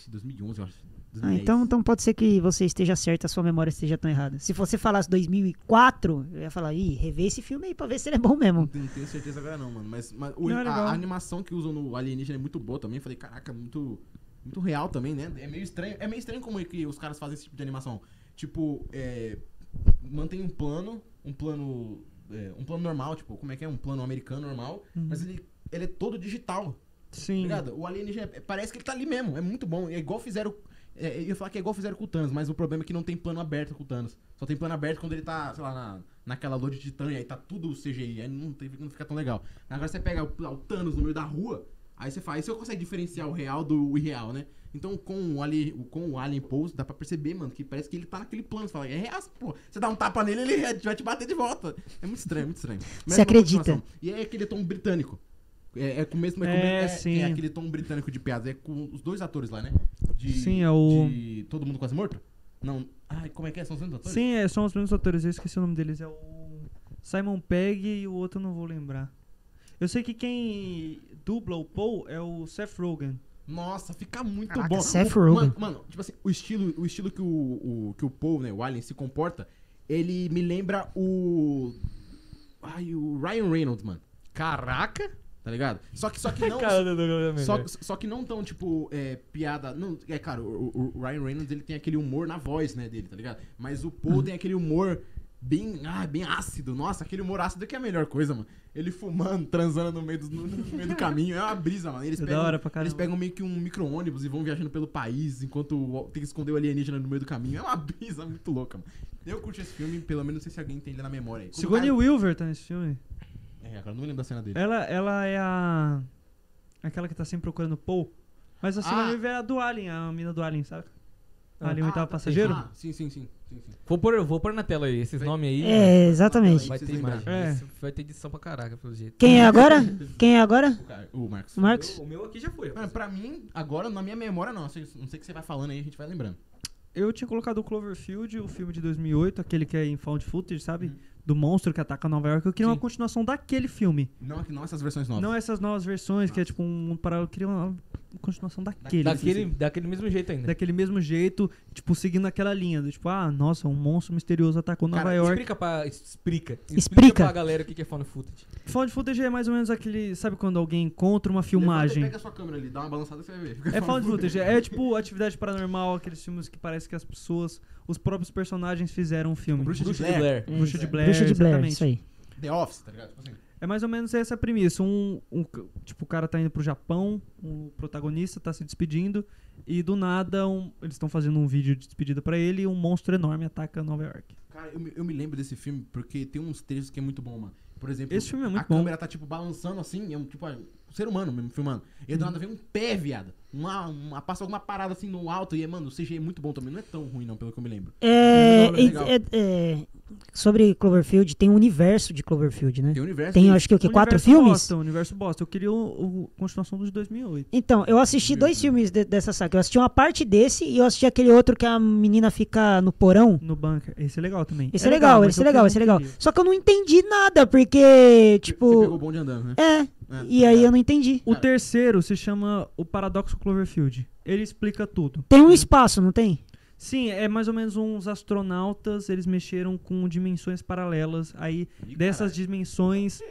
2011, eu acho.
Ah,
2010.
então,
tá
então pode ser que você esteja certa, a sua memória esteja tão errada. Se você falasse 2004, eu ia falar, ih, revê esse filme aí pra ver se ele é bom
Não
mesmo.
tenho, não tenho certeza agora não, mano. Mas, mas o-
Não, é
a,
legal.
a animação que usam no Alienígena é muito boa também. Falei, caraca, muito, muito real também, né? É meio estranho. É meio estranho como é que os caras fazem esse tipo de animação. Tipo, é, mantém um plano, um plano. é, um plano normal, tipo, como é que é? Um plano americano normal,
Uhum.
mas ele, ele é todo digital.
Sim.
Ligado? O alienígena é- parece que ele tá ali mesmo. É muito bom. É igual fizeram. É, eu ia falar que é igual fizeram com o Thanos, mas o problema é que não tem plano aberto com o Thanos. Só tem plano aberto quando ele tá, sei lá, na, naquela lua de titã e aí tá tudo CGI, aí não, tem, não fica tão legal. Agora você pega o, o Thanos no meio da rua, aí você faz, aí você consegue diferenciar o real do irreal, né? Então com o, ali, o- com o Alien Pose dá pra perceber, mano, que parece que ele tá naquele plano. Você fala, é real, pô. Você dá um tapa nele, ele vai te bater de volta. É muito estranho, muito estranho. Mas é
Você
uma
acredita?
continuação. E é aquele tom britânico. É, é com o mesmo. É, com o
É,
mesmo- é-
sim.
é aquele tom britânico de piada. É com os dois atores lá, né? De,
Sim, é o-
de Todo mundo quase morto? Não. Ai, como é que é? São os mesmos atores?
Sim, é, são os mesmos atores, eu esqueci o nome deles. É o Simon Pegg e o outro eu não vou lembrar. Eu sei que quem dubla o Paul é o Seth Rogen.
Nossa, fica muito
Caraca,
bom.
Seth
O-
Rogen.
Mano, mano, tipo assim, o estilo, o estilo que o, o- que o Paul, né, o Alien, se comporta, ele me lembra o. Ai, o Ryan Reynolds, mano. Caraca! Tá ligado? Só que, só que não.
Cara do Douglas
Só,
Uhum.
Mendes.
só que não tão, tipo, é, piada. Não, é claro, o, o- o Ryan Reynolds ele tem aquele humor na voz, né, dele, tá ligado? Mas o Paul
Uhum.
tem aquele humor bem, ah, bem ácido. Nossa, aquele humor ácido que é a melhor coisa, mano. Ele fumando, transando no meio do, no- no meio do caminho. É uma brisa, mano. Eles
É da
pegam,
hora pra caramba.
eles pegam meio que um micro-ônibus e vão viajando pelo país enquanto o- tem que esconder o alienígena no meio do caminho. É uma brisa muito louca, mano. Eu curti esse filme, pelo menos não sei se alguém tem ele na memória aí. Quando
Sigourney
o
Weaver tá nesse filme.
cara- É, agora eu não me lembro da cena dele.
Ela, ela é a. Aquela que tá sempre procurando o Paul. Mas a Sigourney
Ah.
Weaver é a do Alien, a mina do Alien, sabe?
Ah.
Alien, o oitavo
tá,
passageiro.
Ah, sim, sim, sim. sim, sim.
Vou pôr, vou pôr na tela aí esses
Vai-
nomes aí.
É, exatamente.
Vai
Vocês
ter
lembraram.
imagem.
É.
Isso Vai ter edição pra caraca, pelo jeito.
Quem é agora? Quem é agora?
O cara- O Marcos.
O Marcos?
O meu aqui já foi.
Mano, pra mim, agora, na minha memória, não. Assim, Não sei o que você vai falando aí, a gente vai lembrando.
Eu tinha colocado o Cloverfield, o filme de 2008, aquele que é em found footage, sabe? Do monstro que ataca Nova York. Eu queria uma
Uhum. Sim.
continuação daquele filme.
Não, é não essas versões novas.
Não é essas novas versões, que é tipo um mundo paralelo. Eu queria uma continuação daquele. assim.
Daquele, daquele mesmo jeito ainda.
Daquele mesmo jeito, tipo, seguindo aquela linha. Do, tipo, ah, nossa, um monstro misterioso atacou Nova
Cara,
York.
explica pra. Explica. Explica,
Explica.
pra galera o que que é found footage.
Found footage é mais ou menos aquele. Sabe quando alguém encontra uma
Levanta e
filmagem?
Pega a sua câmera ali, dá uma balançada e você vai ver. Fica
É found
falando.
footage, é tipo atividade paranormal, aqueles filmes que parece que as pessoas, os próprios personagens fizeram um filme.
Bruxa de
Bruxa
Blair.
Blair.
Bruxa de Blair,
Bruxa de Blair,
exatamente.
isso aí.
The Office, tá ligado? Tipo assim.
É mais ou menos essa a premissa. Um, um c- tipo, o cara tá indo pro Japão, o protagonista tá se despedindo, e do nada um- eles estão fazendo um vídeo de despedida pra ele e um monstro enorme ataca Nova York.
Cara, eu, me- eu me lembro desse filme porque tem uns trechos que é muito bom, mano. Por exemplo,
Esse filme é muito
a
bom.
câmera tá, tipo, balançando assim, é um, tipo, é um ser humano mesmo filmando. E
Uhum.
do nada vem um pé, viado. Uma, uma- passa alguma parada assim no alto e, mano, o CG é muito bom também. Não é tão ruim, não, pelo que eu me lembro.
É,
Legal, legal.
é- é- sobre Cloverfield, tem um universo de Cloverfield, né?
Tem o universo.
Tem,
que-
acho que o que, quatro
Universo
filmes?
Bosta, universo bosta. Eu queria o, o- a continuação dos 2008.
Então, eu assisti dois filmes de- dessa saga. Eu assisti uma parte desse e eu assisti aquele outro que a menina fica no porão.
No bunker. Esse é legal também.
Esse é, legal,
mas
esse é
eu
legal,
queria-
esse é legal.
queria.
Só que eu não entendi nada, porque,
Você pegou o
tipo.
bonde andando, né?
É,
É,
e
tá
aí
ligado.
eu não entendi.
O terceiro se chama O Paradoxo Cloverfield. Ele explica tudo.
Tem um espaço, não tem?
Sim, é mais ou menos uns astronautas, eles mexeram com dimensões paralelas. Aí,
Ih,
dessas dimensões.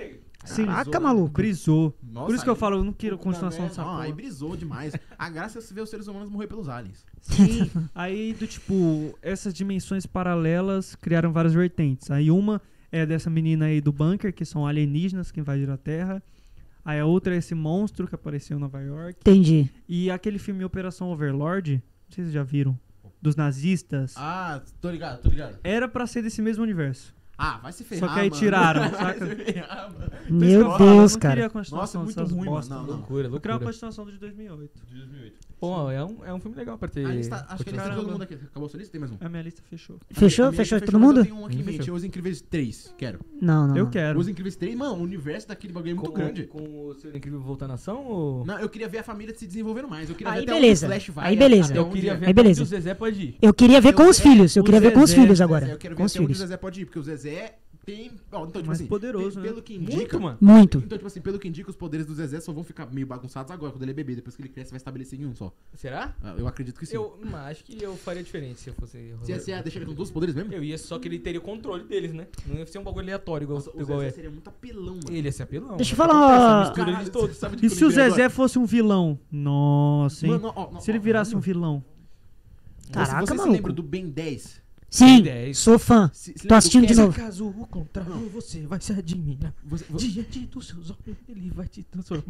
Sim,
Caraca, maluco.
brisou.
é
Nossa,
Por isso que eu
aí-
falo, eu não quero continuação
Puta
dessa
merda. Ah, aí
porra.
brisou demais. A graça é se ver os seres humanos morrer pelos aliens.
Sim, aí do tipo, essas dimensões paralelas criaram várias vertentes. Aí uma é dessa menina aí do bunker, que são alienígenas que invadiram a Terra. Aí a outra é esse monstro que apareceu em Nova York.
Entendi.
E aquele filme Operação Overlord, não sei se vocês já viram, dos nazistas.
Ah, tô ligado, tô ligado.
Era pra ser desse mesmo universo.
Ah, vai se
Só
ferrar.
que aí
mano.
tiraram,
Vai
saca?
se ferrar, mano.
Por isso que eu
Meu
falo, eu
Deus,
um Ah, não
cara.
queria a continuação
Nossa, muito
dessas
ruim, mano.
bosta,
Não, não.
Loucura,
Eu queria uma
loucura.
continuação de 2008.
Pô, é um, é um filme legal pra ter.
A lista, acho que a lista de
Caramba.
todo mundo aqui. Acabou a sua lista? Tem mais um.
A minha lista fechou.
A
Fechou?
minha
Fechou
já
todo
mas
mundo?
Eu tenho um aqui em
Fechou.
mente. Os Incríveis 3. Quero.
Não, não.
Eu
não.
quero.
Os Incríveis 3, mano, o universo daquele bagulho é muito
com,
grande.
Com o seu incrível voltar na ação ou.
Não, eu queria ver a família se desenvolvendo mais. Eu queria
Aí
ver até
beleza.
onde o Flash vai.
Aí beleza.
até
Eu
onde
queria ver
é.
Aí
até onde
beleza.
o Zezé pode ir.
Eu queria ver com os
Zezé-
filhos. Eu
o
queria ver com os
Zezé-
filhos
Zezé,
agora.
Eu quero ver um
Com os
até onde o
filhos.
Zezé pode ir, porque o Zezé tem. ó, então, tipo
É Mais
assim,
poderoso,
pe-
né?
Pelo que indica,
mano.
Muito.
Então, tipo assim, pelo que indica, os poderes do Zezé só vão ficar meio bagunçados agora, quando ele é bebê. Depois que ele cresce, vai estabelecer em um só.
Será?
Ah, Eu acredito que sim.
Eu hum, acho que eu faria diferente se eu fosse.
Se se- ah, deixa ele com dois poderes mesmo?
Eu ia só que ele teria o controle deles, né? Não ia ser um bagulho aleatório igual,
Nossa, o
igual
Zezé
é.
seria muito apelão, mano.
Ele ia ser apelão. né?
Deixa eu
mano.
falar uma-
Essa mistura de
Caralho,
todos.
você sabe de
E
que
se
eu
o
lembrei
Zezé
agora?
fosse um vilão? Nossa, hein?
um
Mano, ó, ó,
Se ele
ó,
virasse
mano.
um vilão.
Você-
Caraca,
você se
maluco.
lembra do Ben 10?
Sim,
10.
sou fã.
Se- se
Tô
lembra
tá assistindo de
Se
novo.
caso o contrário, você vai se admirar.
do- você- você-
Diante dos seus olhos, ele vai te transformar.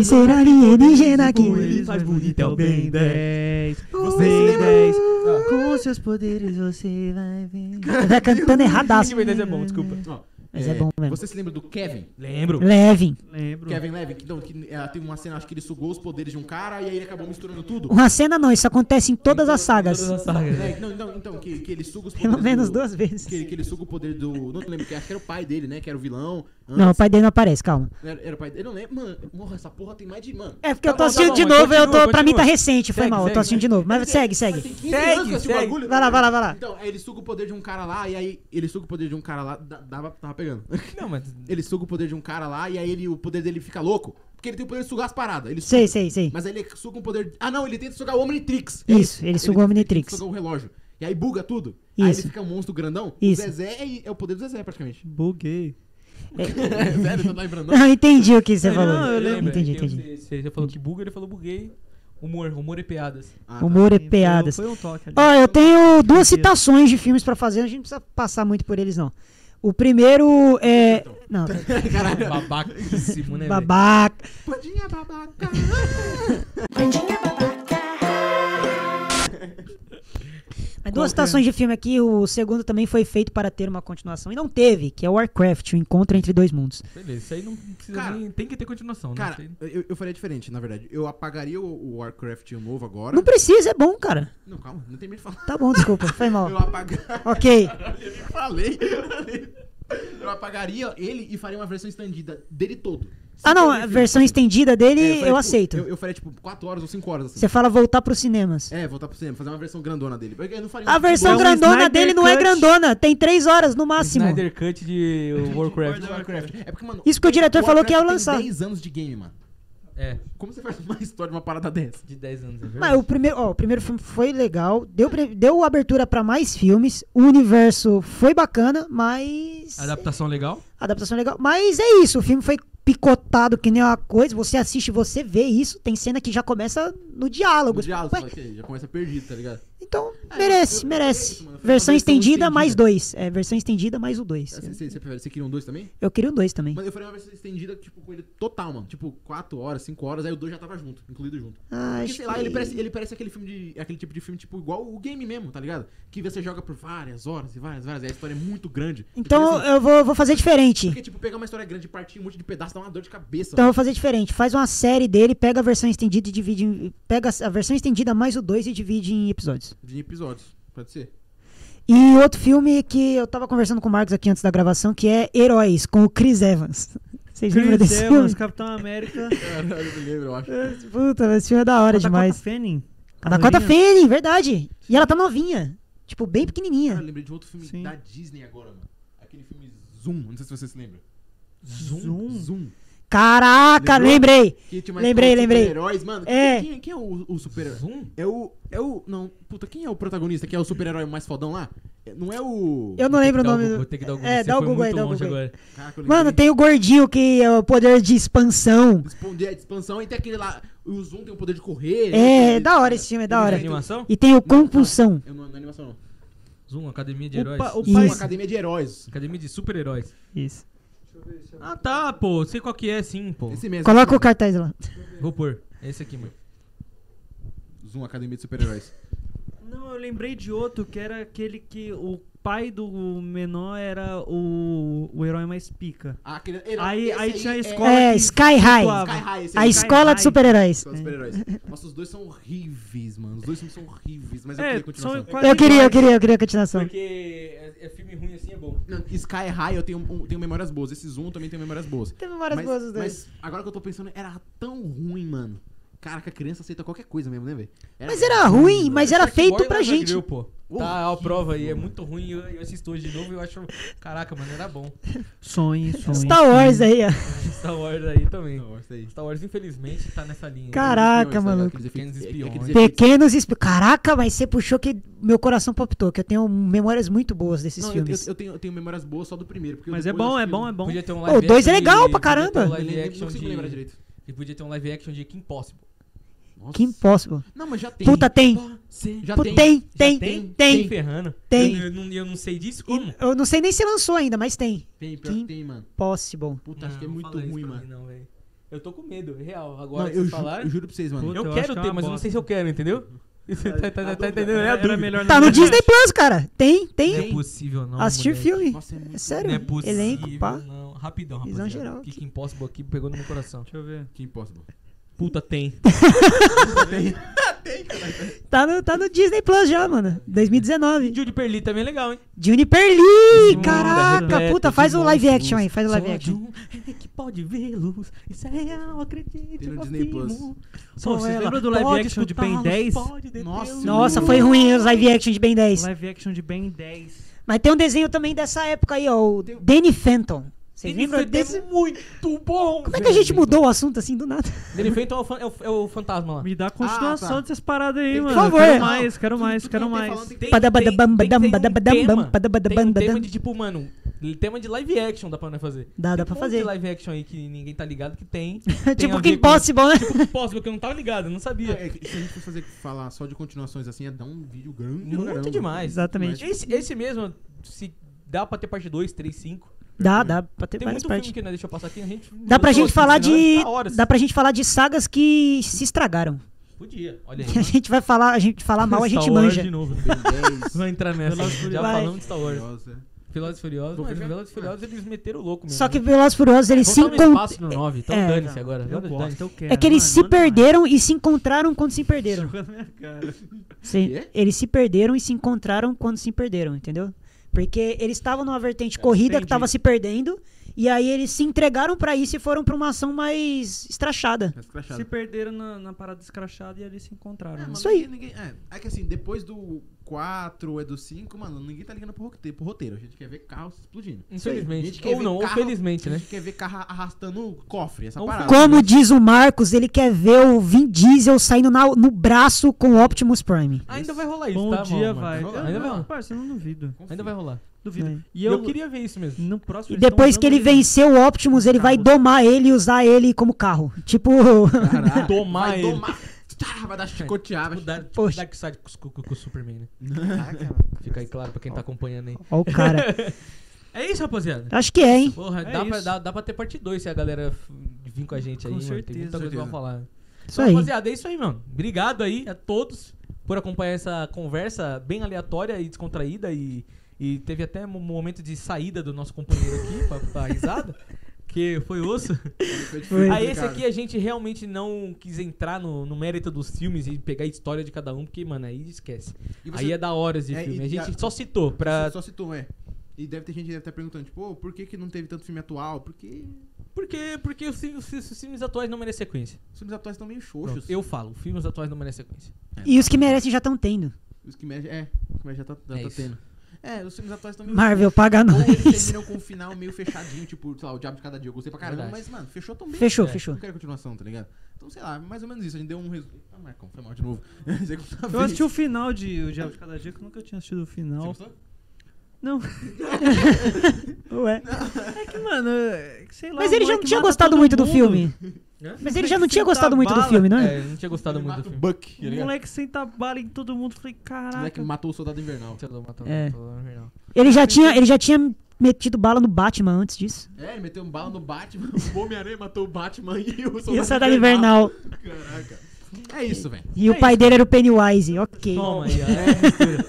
E ser
é
alienígena aqui.
Com eles mais bonito é o Ben 10. Você Ben 10.
Ah.
Com seus poderes você vai ver.
Vai cantando erradaço.
Ben 10 é bom, desculpa.
ó,
Mas é bom mesmo.
Você se lembra do Kevin?
Lembro.
Levin.
Lembro.
Kevin Levin, que, não, que, eh, tem uma cena, acho que ele sugou os poderes de um cara e aí ele acabou misturando tudo.
Uma cena não, isso acontece em todas as sagas.
É, não, não, então, que, que ele suga os poderes.
Pelo menos
do-
duas vezes.
Que, que ele suga o poder do. Não lembro, que acho que era o pai dele, né? Que era o vilão. antes.
Não, o pai dele não aparece, calma.
Era, era o pai dele. Eu não lembro. Mano, morra, essa porra tem mais de. Mano.
É porque eu
Tá
tô
bom, tá
assistindo
bom,
de
mas
novo, eu
continua,
tô. Pra mim tá
continua.
recente, foi
Segue,
mal. Eu
segue,
tô assistindo de novo. Mas segue, segue.
15
Segue,
anos que eu assisti o
segue.
bagulho.
Vai lá, vai lá, vai lá.
Então, aí ele suga o poder de um cara lá, e aí ele suga o poder de um cara lá, da- dava, tava pegando.
Não, mas.
Ele suga o poder de um cara lá, e aí ele, o poder dele fica louco. Porque ele tem o poder de sugar as paradas. Ele suga,
Sei, sei, sei.
Mas aí ele suga o poder. Ah, não, ele tenta sugar o Omnitrix.
Isso, ele sugou o
Ele
Omnitrix.
suga o relógio. E aí buga tudo. Aí
Isso.
ele fica um monstro grandão.
Isso.
O Zezé é, é o poder do Zezé, praticamente.
Buguei.
Sério, você não tá lembrando, não?
Não, entendi o que você falou.
não, eu lembro.
Entendi, entendi.
Você falou um que buga, ele falou buguei. Humor, humor e piadas.
Ah, tá.
Humor é e piadas.
Foi um toque ali.
Ó, eu tenho duas citações de filmes pra fazer, a gente não precisa passar muito por eles, não. O primeiro é. Não,
então,
Babacíssimo, né? velho?
babaca.
Pudim é babaca.
Mas duas citações de filme aqui, o segundo também foi feito para ter uma continuação e não teve, que é Warcraft, o encontro entre dois mundos.
Beleza, isso aí não precisa
Cara,
nem. Tem que ter continuação,
Cara,
né? Tem-
eu, eu faria diferente, na verdade. Eu apagaria o, o Warcraft novo agora.
Não precisa, é bom, cara.
Não, calma, não tem medo de falar.
Tá bom, desculpa, foi
Eu
mal.
apagaria.
Ok.
Falei. Eu apagaria ele e faria uma versão estendida dele todo.
Ah, não,
Sem
a versão estendida
É,
dele
faria,
eu
tipo,
aceito.
Eu, eu faria tipo 4 horas ou 5 horas assim.
Você fala voltar pros cinemas.
É, voltar pro cinema, fazer uma versão grandona dele. Porque eu não faria
A
um-
versão
É um
grandona
Snyder
dele não é
Cut.
grandona, tem três horas no máximo.
Snyder Cut de Warcraft.
do Warcraft. É porque, mano,
Isso que o diretor falou que ia
Warcraft
lançar.
Tem 10 anos de game, mano.
É,
Como você faz uma história de uma parada dessa?
de 10 anos, é
Mas
verdade.
o primeiro, ó, o primeiro filme foi legal, deu, pre- deu abertura pra mais filmes, o universo foi bacana, mas
Adaptação legal.
a adaptação é legal, mas é isso, o filme foi picotado que nem uma coisa, você assiste, você vê isso, tem cena que já começa no diálogo.
No diálogo,
Ué,
fala que já começa perdido, tá ligado?
então
Ah,
merece,
eu- eu-
merece.
eu- eu- eu-
versão
versão
estendida
um estendida.
mais dois, é versão estendida mais o dois.
Você, você, você, prefere- você queria um 2 também?
Eu queria o dois também.
Mas eu faria uma versão estendida, tipo, com ele total, mano. Tipo, 4 horas, 5 horas, aí o 2 já tava junto, incluído junto.
Ah,
Porque,
acho
sei lá,
que-
ele parece, ele parece aquele filme de. aquele tipo de filme, tipo, igual o game mesmo, tá ligado? Que você joga por várias horas e várias, várias, e a história é muito grande.
Então
Porque, assim,
eu vou, vou fazer diferente.
Porque, tipo, pegar uma história grande e partir um monte de pedaço dá uma dor de cabeça.
Então eu
mano.
vou fazer diferente. Faz uma série dele, pega a versão estendida e divide. Em, pega a versão estendida mais o 2 e divide em episódios.
De episódios, pode ser?
E outro filme que eu tava conversando com o Marcos aqui antes da gravação, que é Heróis, com o Chris Evans. Vocês lembram
Chris
desse
Evans,
filme?
Capitão América.
Caralho, eu lembro, eu acho.
Puta, mas esse filme é da hora
Dakota
demais.
Fanning.
A Dakota
Loirinha.
Fanning, verdade. E ela tá novinha. Tipo, bem
Cara, eu
pequenininha.
lembrei de outro filme
Sim.
da Disney agora, mano. Aquele filme Zoom, não sei se você se lembra.
Zoom.
Zoom.
Caraca,
Lembrou?
lembrei.
Que tinha
Lembrei, lembrei.
Heróis, mano.
É.
Quem, quem é o, o super-herói?
Zoom?
É o. É o. Não, puta, quem é o protagonista que é o super-herói mais fodão lá? É- Não é o.
Eu não
Tem que
lembro o
dar
nome.
Google, Vou ter que dar o Google.
É,
você
dá o
foi
Google aí,
muito
dá o
longe
Google aí.
agora.
Caraca, eu
Mano,
lembrei.
tem o gordinho que é o poder de expansão.
Expandir a expansão e tem aquele lá. O Zoom tem o poder de correr. né,
É,
ele-
da hora esse filme, é da
ele
hora.
inventa-
Animação?
E tem o Compulsão.
Eu não, não é animação, não.
Zoom, Academia de
O
Heróis.
pa- o
Zoom,
Isso.
Academia de Heróis.
Academia de Super-Heróis.
Isso.
Ah, tá, pô. Sei qual que é, sim, pô.
Esse mesmo.
Coloca o cartaz lá.
Vou pôr. É esse aqui, mano.
Zoom, Academia de Super-Heróis.
Não, eu lembrei de outro que era aquele que o pai do menor era o, o herói mais pica.
Ah, aquele- ele-
Aí-
esse
aí tinha a
é-
escola.
É,
que
Sky High.
flutuava.
Sky High, esse é
A
aí.
es-
escola de
High.
super-heróis. É.
São os super-heróis. é. Nossa, os dois são horríveis, mano. Os dois filmes são horríveis, mas eu
É,
queria continuação.
são quase
Eu queria, eu
iguais.
queria, eu queria a continuação.
Porque é, filme ruim assim é bom.
Não, Sky High eu tenho, um- tenho memórias boas. Esse Zoom também tem memórias boas.
Tem memórias
mas,
boas os dois.
Mas agora que eu tô pensando, era tão ruim, mano. Cara, que a criança aceita qualquer coisa mesmo, né, velho?
Mas era ruim,
mano.
mas era
é
feito pra gente.
pô.
Uh,
Tá a prova aí, é muito ruim. Eu, eu assisto hoje de novo e eu acho. Caraca, mano, era bom.
Sonho, sonho.
É Star Wars aí, ó.
Star Wars aí também.
Não, isso aí.
Star Wars, infelizmente, tá nessa linha.
Não,
Caraca,
isso aí,
maluco.
aqueles efeitos-
Pequenos espiões.
aqueles efeitos-
Pequenos esp... Caraca, mas você puxou que meu coração palpitou, que eu tenho memórias muito boas desses
Não, eu, eu,
filmes.
eu tenho, eu tenho memórias boas só do primeiro. Porque
Mas é
depois
bom,
eu-
é bom, é bom.
Podia ter um
Pô,
live
o dois é
action
legal
de-
pra caramba.
podia ter um
é Eu
live
nem- nem
action
consigo lembrar
de.
direito.
E podia ter um live action de Kim Possible.
Nossa.
Kim Possible.
Não, mas já tem.
Puta, tem.
Já
Pô,
tem. Já
tem, tem,
tem?
tem,
Nem
tem,
ferrando.
Eu, não, eu não sei disso como.
Eu não sei nem se lançou ainda, mas tem.
Tem, pior que
Kim
tem, mano.
Possible.
Puta, acho que é
Não,
muito
fala isso
ruim,
pra
mano.
mim Não, velho. eu tô com medo, real.
Não,
Agora que
eu,
vocês
ju eu
falaram.
juro pra vocês, mano.
Puta,
Eu
eu acho
quero
que é
ter,
uma
mas eu não
bosta.
sei se eu quero, entendeu? Você tá, tá- tá- tá entendendo? É a
Era
dúvida.
melhor
Tá no
não-
Disney Plus, cara.
Não
Tem,
é
tem.
possível, não.
Assistir
moleque.
filme.
Nossa, é muito
É sério.
Não é possível,
Elenco, pá.
não. Rapidão,
Visão
rapaziada.
geral
Que
aqui.
que Impossible aqui pegou no meu coração.
Deixa eu ver.
Kim Possible.
Puta, tem.
Tá no, tá no Disney Plus já, mano. 2019.
Jude Perli também é legal, hein?
Juniper Lee!
Muda,
Caraca,
repete,
puta, faz um
de
live
novo,
action aí, faz um
Só
live action.
de um que pode ver luz. Isso é real, acredite.
Tem no
eu
Disney
afirmo.
Só
Com
você
ela,
lembra do live
pode
action de Ben
escutá-los,
10?
pode detê-los.
Nossa,
Nossa, foi ruim os live action de Ben 10.
Live action de Ben 10.
Mas tem um desenho também dessa época aí, ó. O Danny Phantom. Vocês
Danny
lembram
Phantom é
desse?
muito né? bom.
Como é que a gente mudou o assunto assim do nada?
Danny Phantom é o fan- é o, é o fantasma lá.
Me dá a continuação
tá.
dessas paradas aí,
Por
mano.
favor.
Quero mais, quero
Tudo-
mais,
tudo
quero
que tem
mais.
falando tem que-
Tem-
Padabadabam,
tem- tem- tem um
badabadabam,
tema.
badabadabam,
Tem um tema
badabam.
de tipo, mano, tema de live action dá pra nós fazer.
Dá, dá
Tem
pra
um monte de
fazer.
live action aí que ninguém tá ligado que tem.
Tipo
que
Kim Possible, né?
Posso, porque eu não tava ligado, eu não sabia.
É, que se a gente for fazer, falar só de continuações assim, ia dar um vídeo grande. pra
Muito
caramba.
demais.
Exatamente.
Esse, esse mesmo, se dá pra ter parte 2, 3, 5.
Dá, dá pra ter
Tem
mais
muito
parte.
filme que é nós deixa eu passar aqui, a gente.
Dá pra gente falar de. Dá
Dá...
pra gente falar de sagas que se estragaram.
Podia, olha
Que a
aí.
gente vai falar, a gente falar mal, a gente manja.
de novo. Vai entrar nessa. Já
Vai.
falamos de Star Wars.
Nossa.
Velozes e Furiosos, mas Velozes e Furiosos eles meteram o louco mesmo.
Só que
né?
Velozes e Furiosos, eles
Vão
se
dar um
encont-
espaço né, no 9, então
É,
dane-se agora.
Eu
dane-se,
gosto,
dane-se.
eu quero.
É que eles
mano,
se
manda mais.
perderam e se encontraram quando se perderam.
Jogou na minha cara.
Se-
Quê?
eles se perderam e se encontraram quando se perderam, entendeu? Porque eles estavam numa vertente corrida que
entendi.
tava se perdendo, e aí eles se entregaram pra isso e foram pra uma ação mais estrachada.
Tá escrachado.
Se perderam na, na parada escrachada e ali se encontraram.
É,
mano.
mano,
Isso aí.
Ninguém, ninguém- é, é que assim, depois do 4 é do 5, mano, ninguém tá ligando pro roteiro, pro roteiro. A gente quer ver carro se explodindo. A gente
Infelizmente.
quer
Ou
ver
não, ou
carro-
felizmente,
A
né?
gente quer ver carro arrastando o cofre, essa
Ou
parada.
Como diz o Marcos, ele quer ver o Vin Diesel saindo na- no braço com o Optimus Prime.
Ainda vai rolar isso,
Bom
tá?
dia,
mano?
vai.
rolar.
Eu
Ainda vai
não,
rolar.
parça, eu não duvido.
Ainda vai rolar.
Duvido.
É.
E
E eu,
eu,
queria ver isso mesmo.
No próximo
E
eles tão
depois que
dando
ele vencer o Optimus, ele vai domar ele e usar ele como carro. Tipo,
Caralho.
Domar
vai
ele.
Domar, Tá, vai dar chicotear, vai
Mudar
Poxa.
tipo, Dark Side com, os- com- com o Superman, né? Fica aí claro pra quem tá acompanhando aí.
ó o cara.
É isso, rapaziada.
Acho que é, hein?
Porra,
É
dá, pra,
isso.
dá, dá pra ter parte 2 se a galera f- vir com a gente aí,
Com
mano. Tem muita coisa
certeza.
pra
Certeza.
falar.
Isso
Então,
aí.
rapaziada, é isso aí, mano. Obrigado aí a todos por acompanhar essa conversa bem aleatória e descontraída. E, e teve até um momento de saída do nosso companheiro aqui pra, pra risada. Que foi osso.
Foi.
Aí esse aqui a gente realmente não quis entrar no, no mérito dos filmes e pegar a história de cada um, porque, mano, aí esquece.
E você-
Aí é da horas de
É,
filme.
e-
A gente
e a-
só citou pra.
Só citou, é. E deve ter gente que deve estar perguntando, tipo, "Ô, por que, que não teve tanto filme atual? Porque
Porque, porque os, fi- os fi- os filmes atuais não merecem sequência.
os filmes atuais estão meio
Pronto,
xoxos.
eu falo, os filmes atuais não merecem sequência.
E os que merecem já estão tendo.
Os que mexem, é, os que mexem já tá, já
É
tá
isso.
tendo. É, os filmes atuais estão meio
Marvel, paga
Ou eles
nós.
terminam com um final meio fechadinho, tipo, sei lá, o Diabo de Cada Dia. Eu gostei pra caramba,
Verdade.
mas, mano, fechou tão bem.
Fechou,
É.
fechou.
Não quero continuação, tá ligado? Então, sei lá, mais ou menos isso. A gente deu um resumo. Ah, Marcão, foi mal de novo. Você gostou da
Eu
vez?
assisti o final de O Diabo de Cada Dia, que eu nunca tinha assistido o
Você
final.
gostou?
Não.
Ué.
É que, mano, é que sei lá.
Mas
o
ele já não
moleque
tinha
mata
gostado
todo
muito do
mundo.
filme. Mas ele já não tinha gostado muito do filme, né?
É, eu não tinha gostado
Ele
muito do filme.
mata o Buck. tá
O
ligado?
Um moleque senta bala em todo mundo. Falei,
O moleque
caraca.
matou o soldado invernal.
Sei lá, matou-
É.
matou lá no jornal.
Ele já tinha, ele já tinha metido bala no Batman antes disso.
É, ele meteu um bala no Batman. O Homem-Aranha matou o Batman e o soldado
E o Soldado Invernal.
Caraca. É isso, velho.
E o pai dele era o Pennywise. Ok.
Toma aí, ó, é mistura.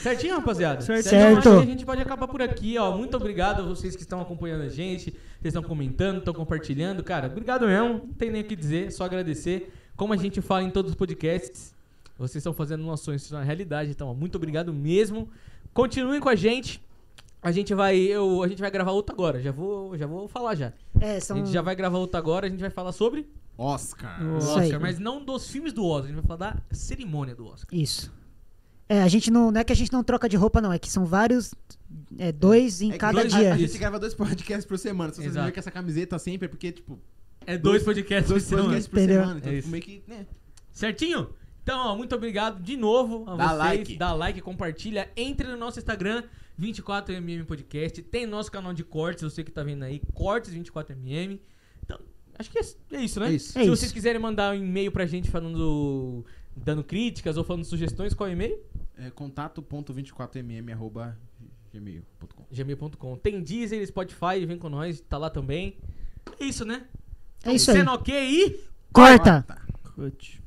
Certinho, rapaziada?
Certo.
Certinho, acho
Certo.
que a gente pode acabar por aqui, ó. Muito obrigado a vocês que estão acompanhando a gente, vocês estão comentando, estão compartilhando. Cara, obrigado mesmo. Não tem nem o que dizer, só agradecer. Como a gente fala em todos os podcasts, vocês estão fazendo nosso sonho se tornar realidade, então, ó, muito obrigado mesmo. Continuem com a gente. A gente vai, eu, a gente vai gravar outro agora. Já vou, já vou falar já.
É,
A
são...
gente já vai gravar outro agora, a gente vai falar sobre
Oscar.
o
Isso aí.
Oscar, mas não dos filmes do Oscar, a gente vai falar da cerimônia do Oscar.
Isso. É, a gente não, não é que a gente não troca de roupa, não. É que são vários. É, dois em
É que
cada
dois-
dia.
A, a gente grava dois podcasts por semana. Se vocês
Exato.
verem que essa camiseta sempre é porque, tipo,
É dois podcasts
dois
por semana.
podcasts por
Entendeu?
semana. Então,
É
tipo,
isso.
meio que, né?
Certinho? Então, ó, muito obrigado de novo a
Dá
vocês.
like.
Dá like, compartilha. Entre no nosso Instagram, 24mm Podcast. Tem nosso canal de cortes, você que tá vendo aí, Cortes 24mm. Então, Acho que é, é isso, né?
É isso.
Se
É
vocês
isso.
quiserem mandar um e-mail pra gente falando. dando críticas ou falando sugestões, qual é o e-mail?
É contato.24mm.gmail.com
gmail.com. Tem Deezer, Spotify, vem com nós, tá lá também. É isso, né?
É isso aí.
Sendo ok e.
Corta!
Cut.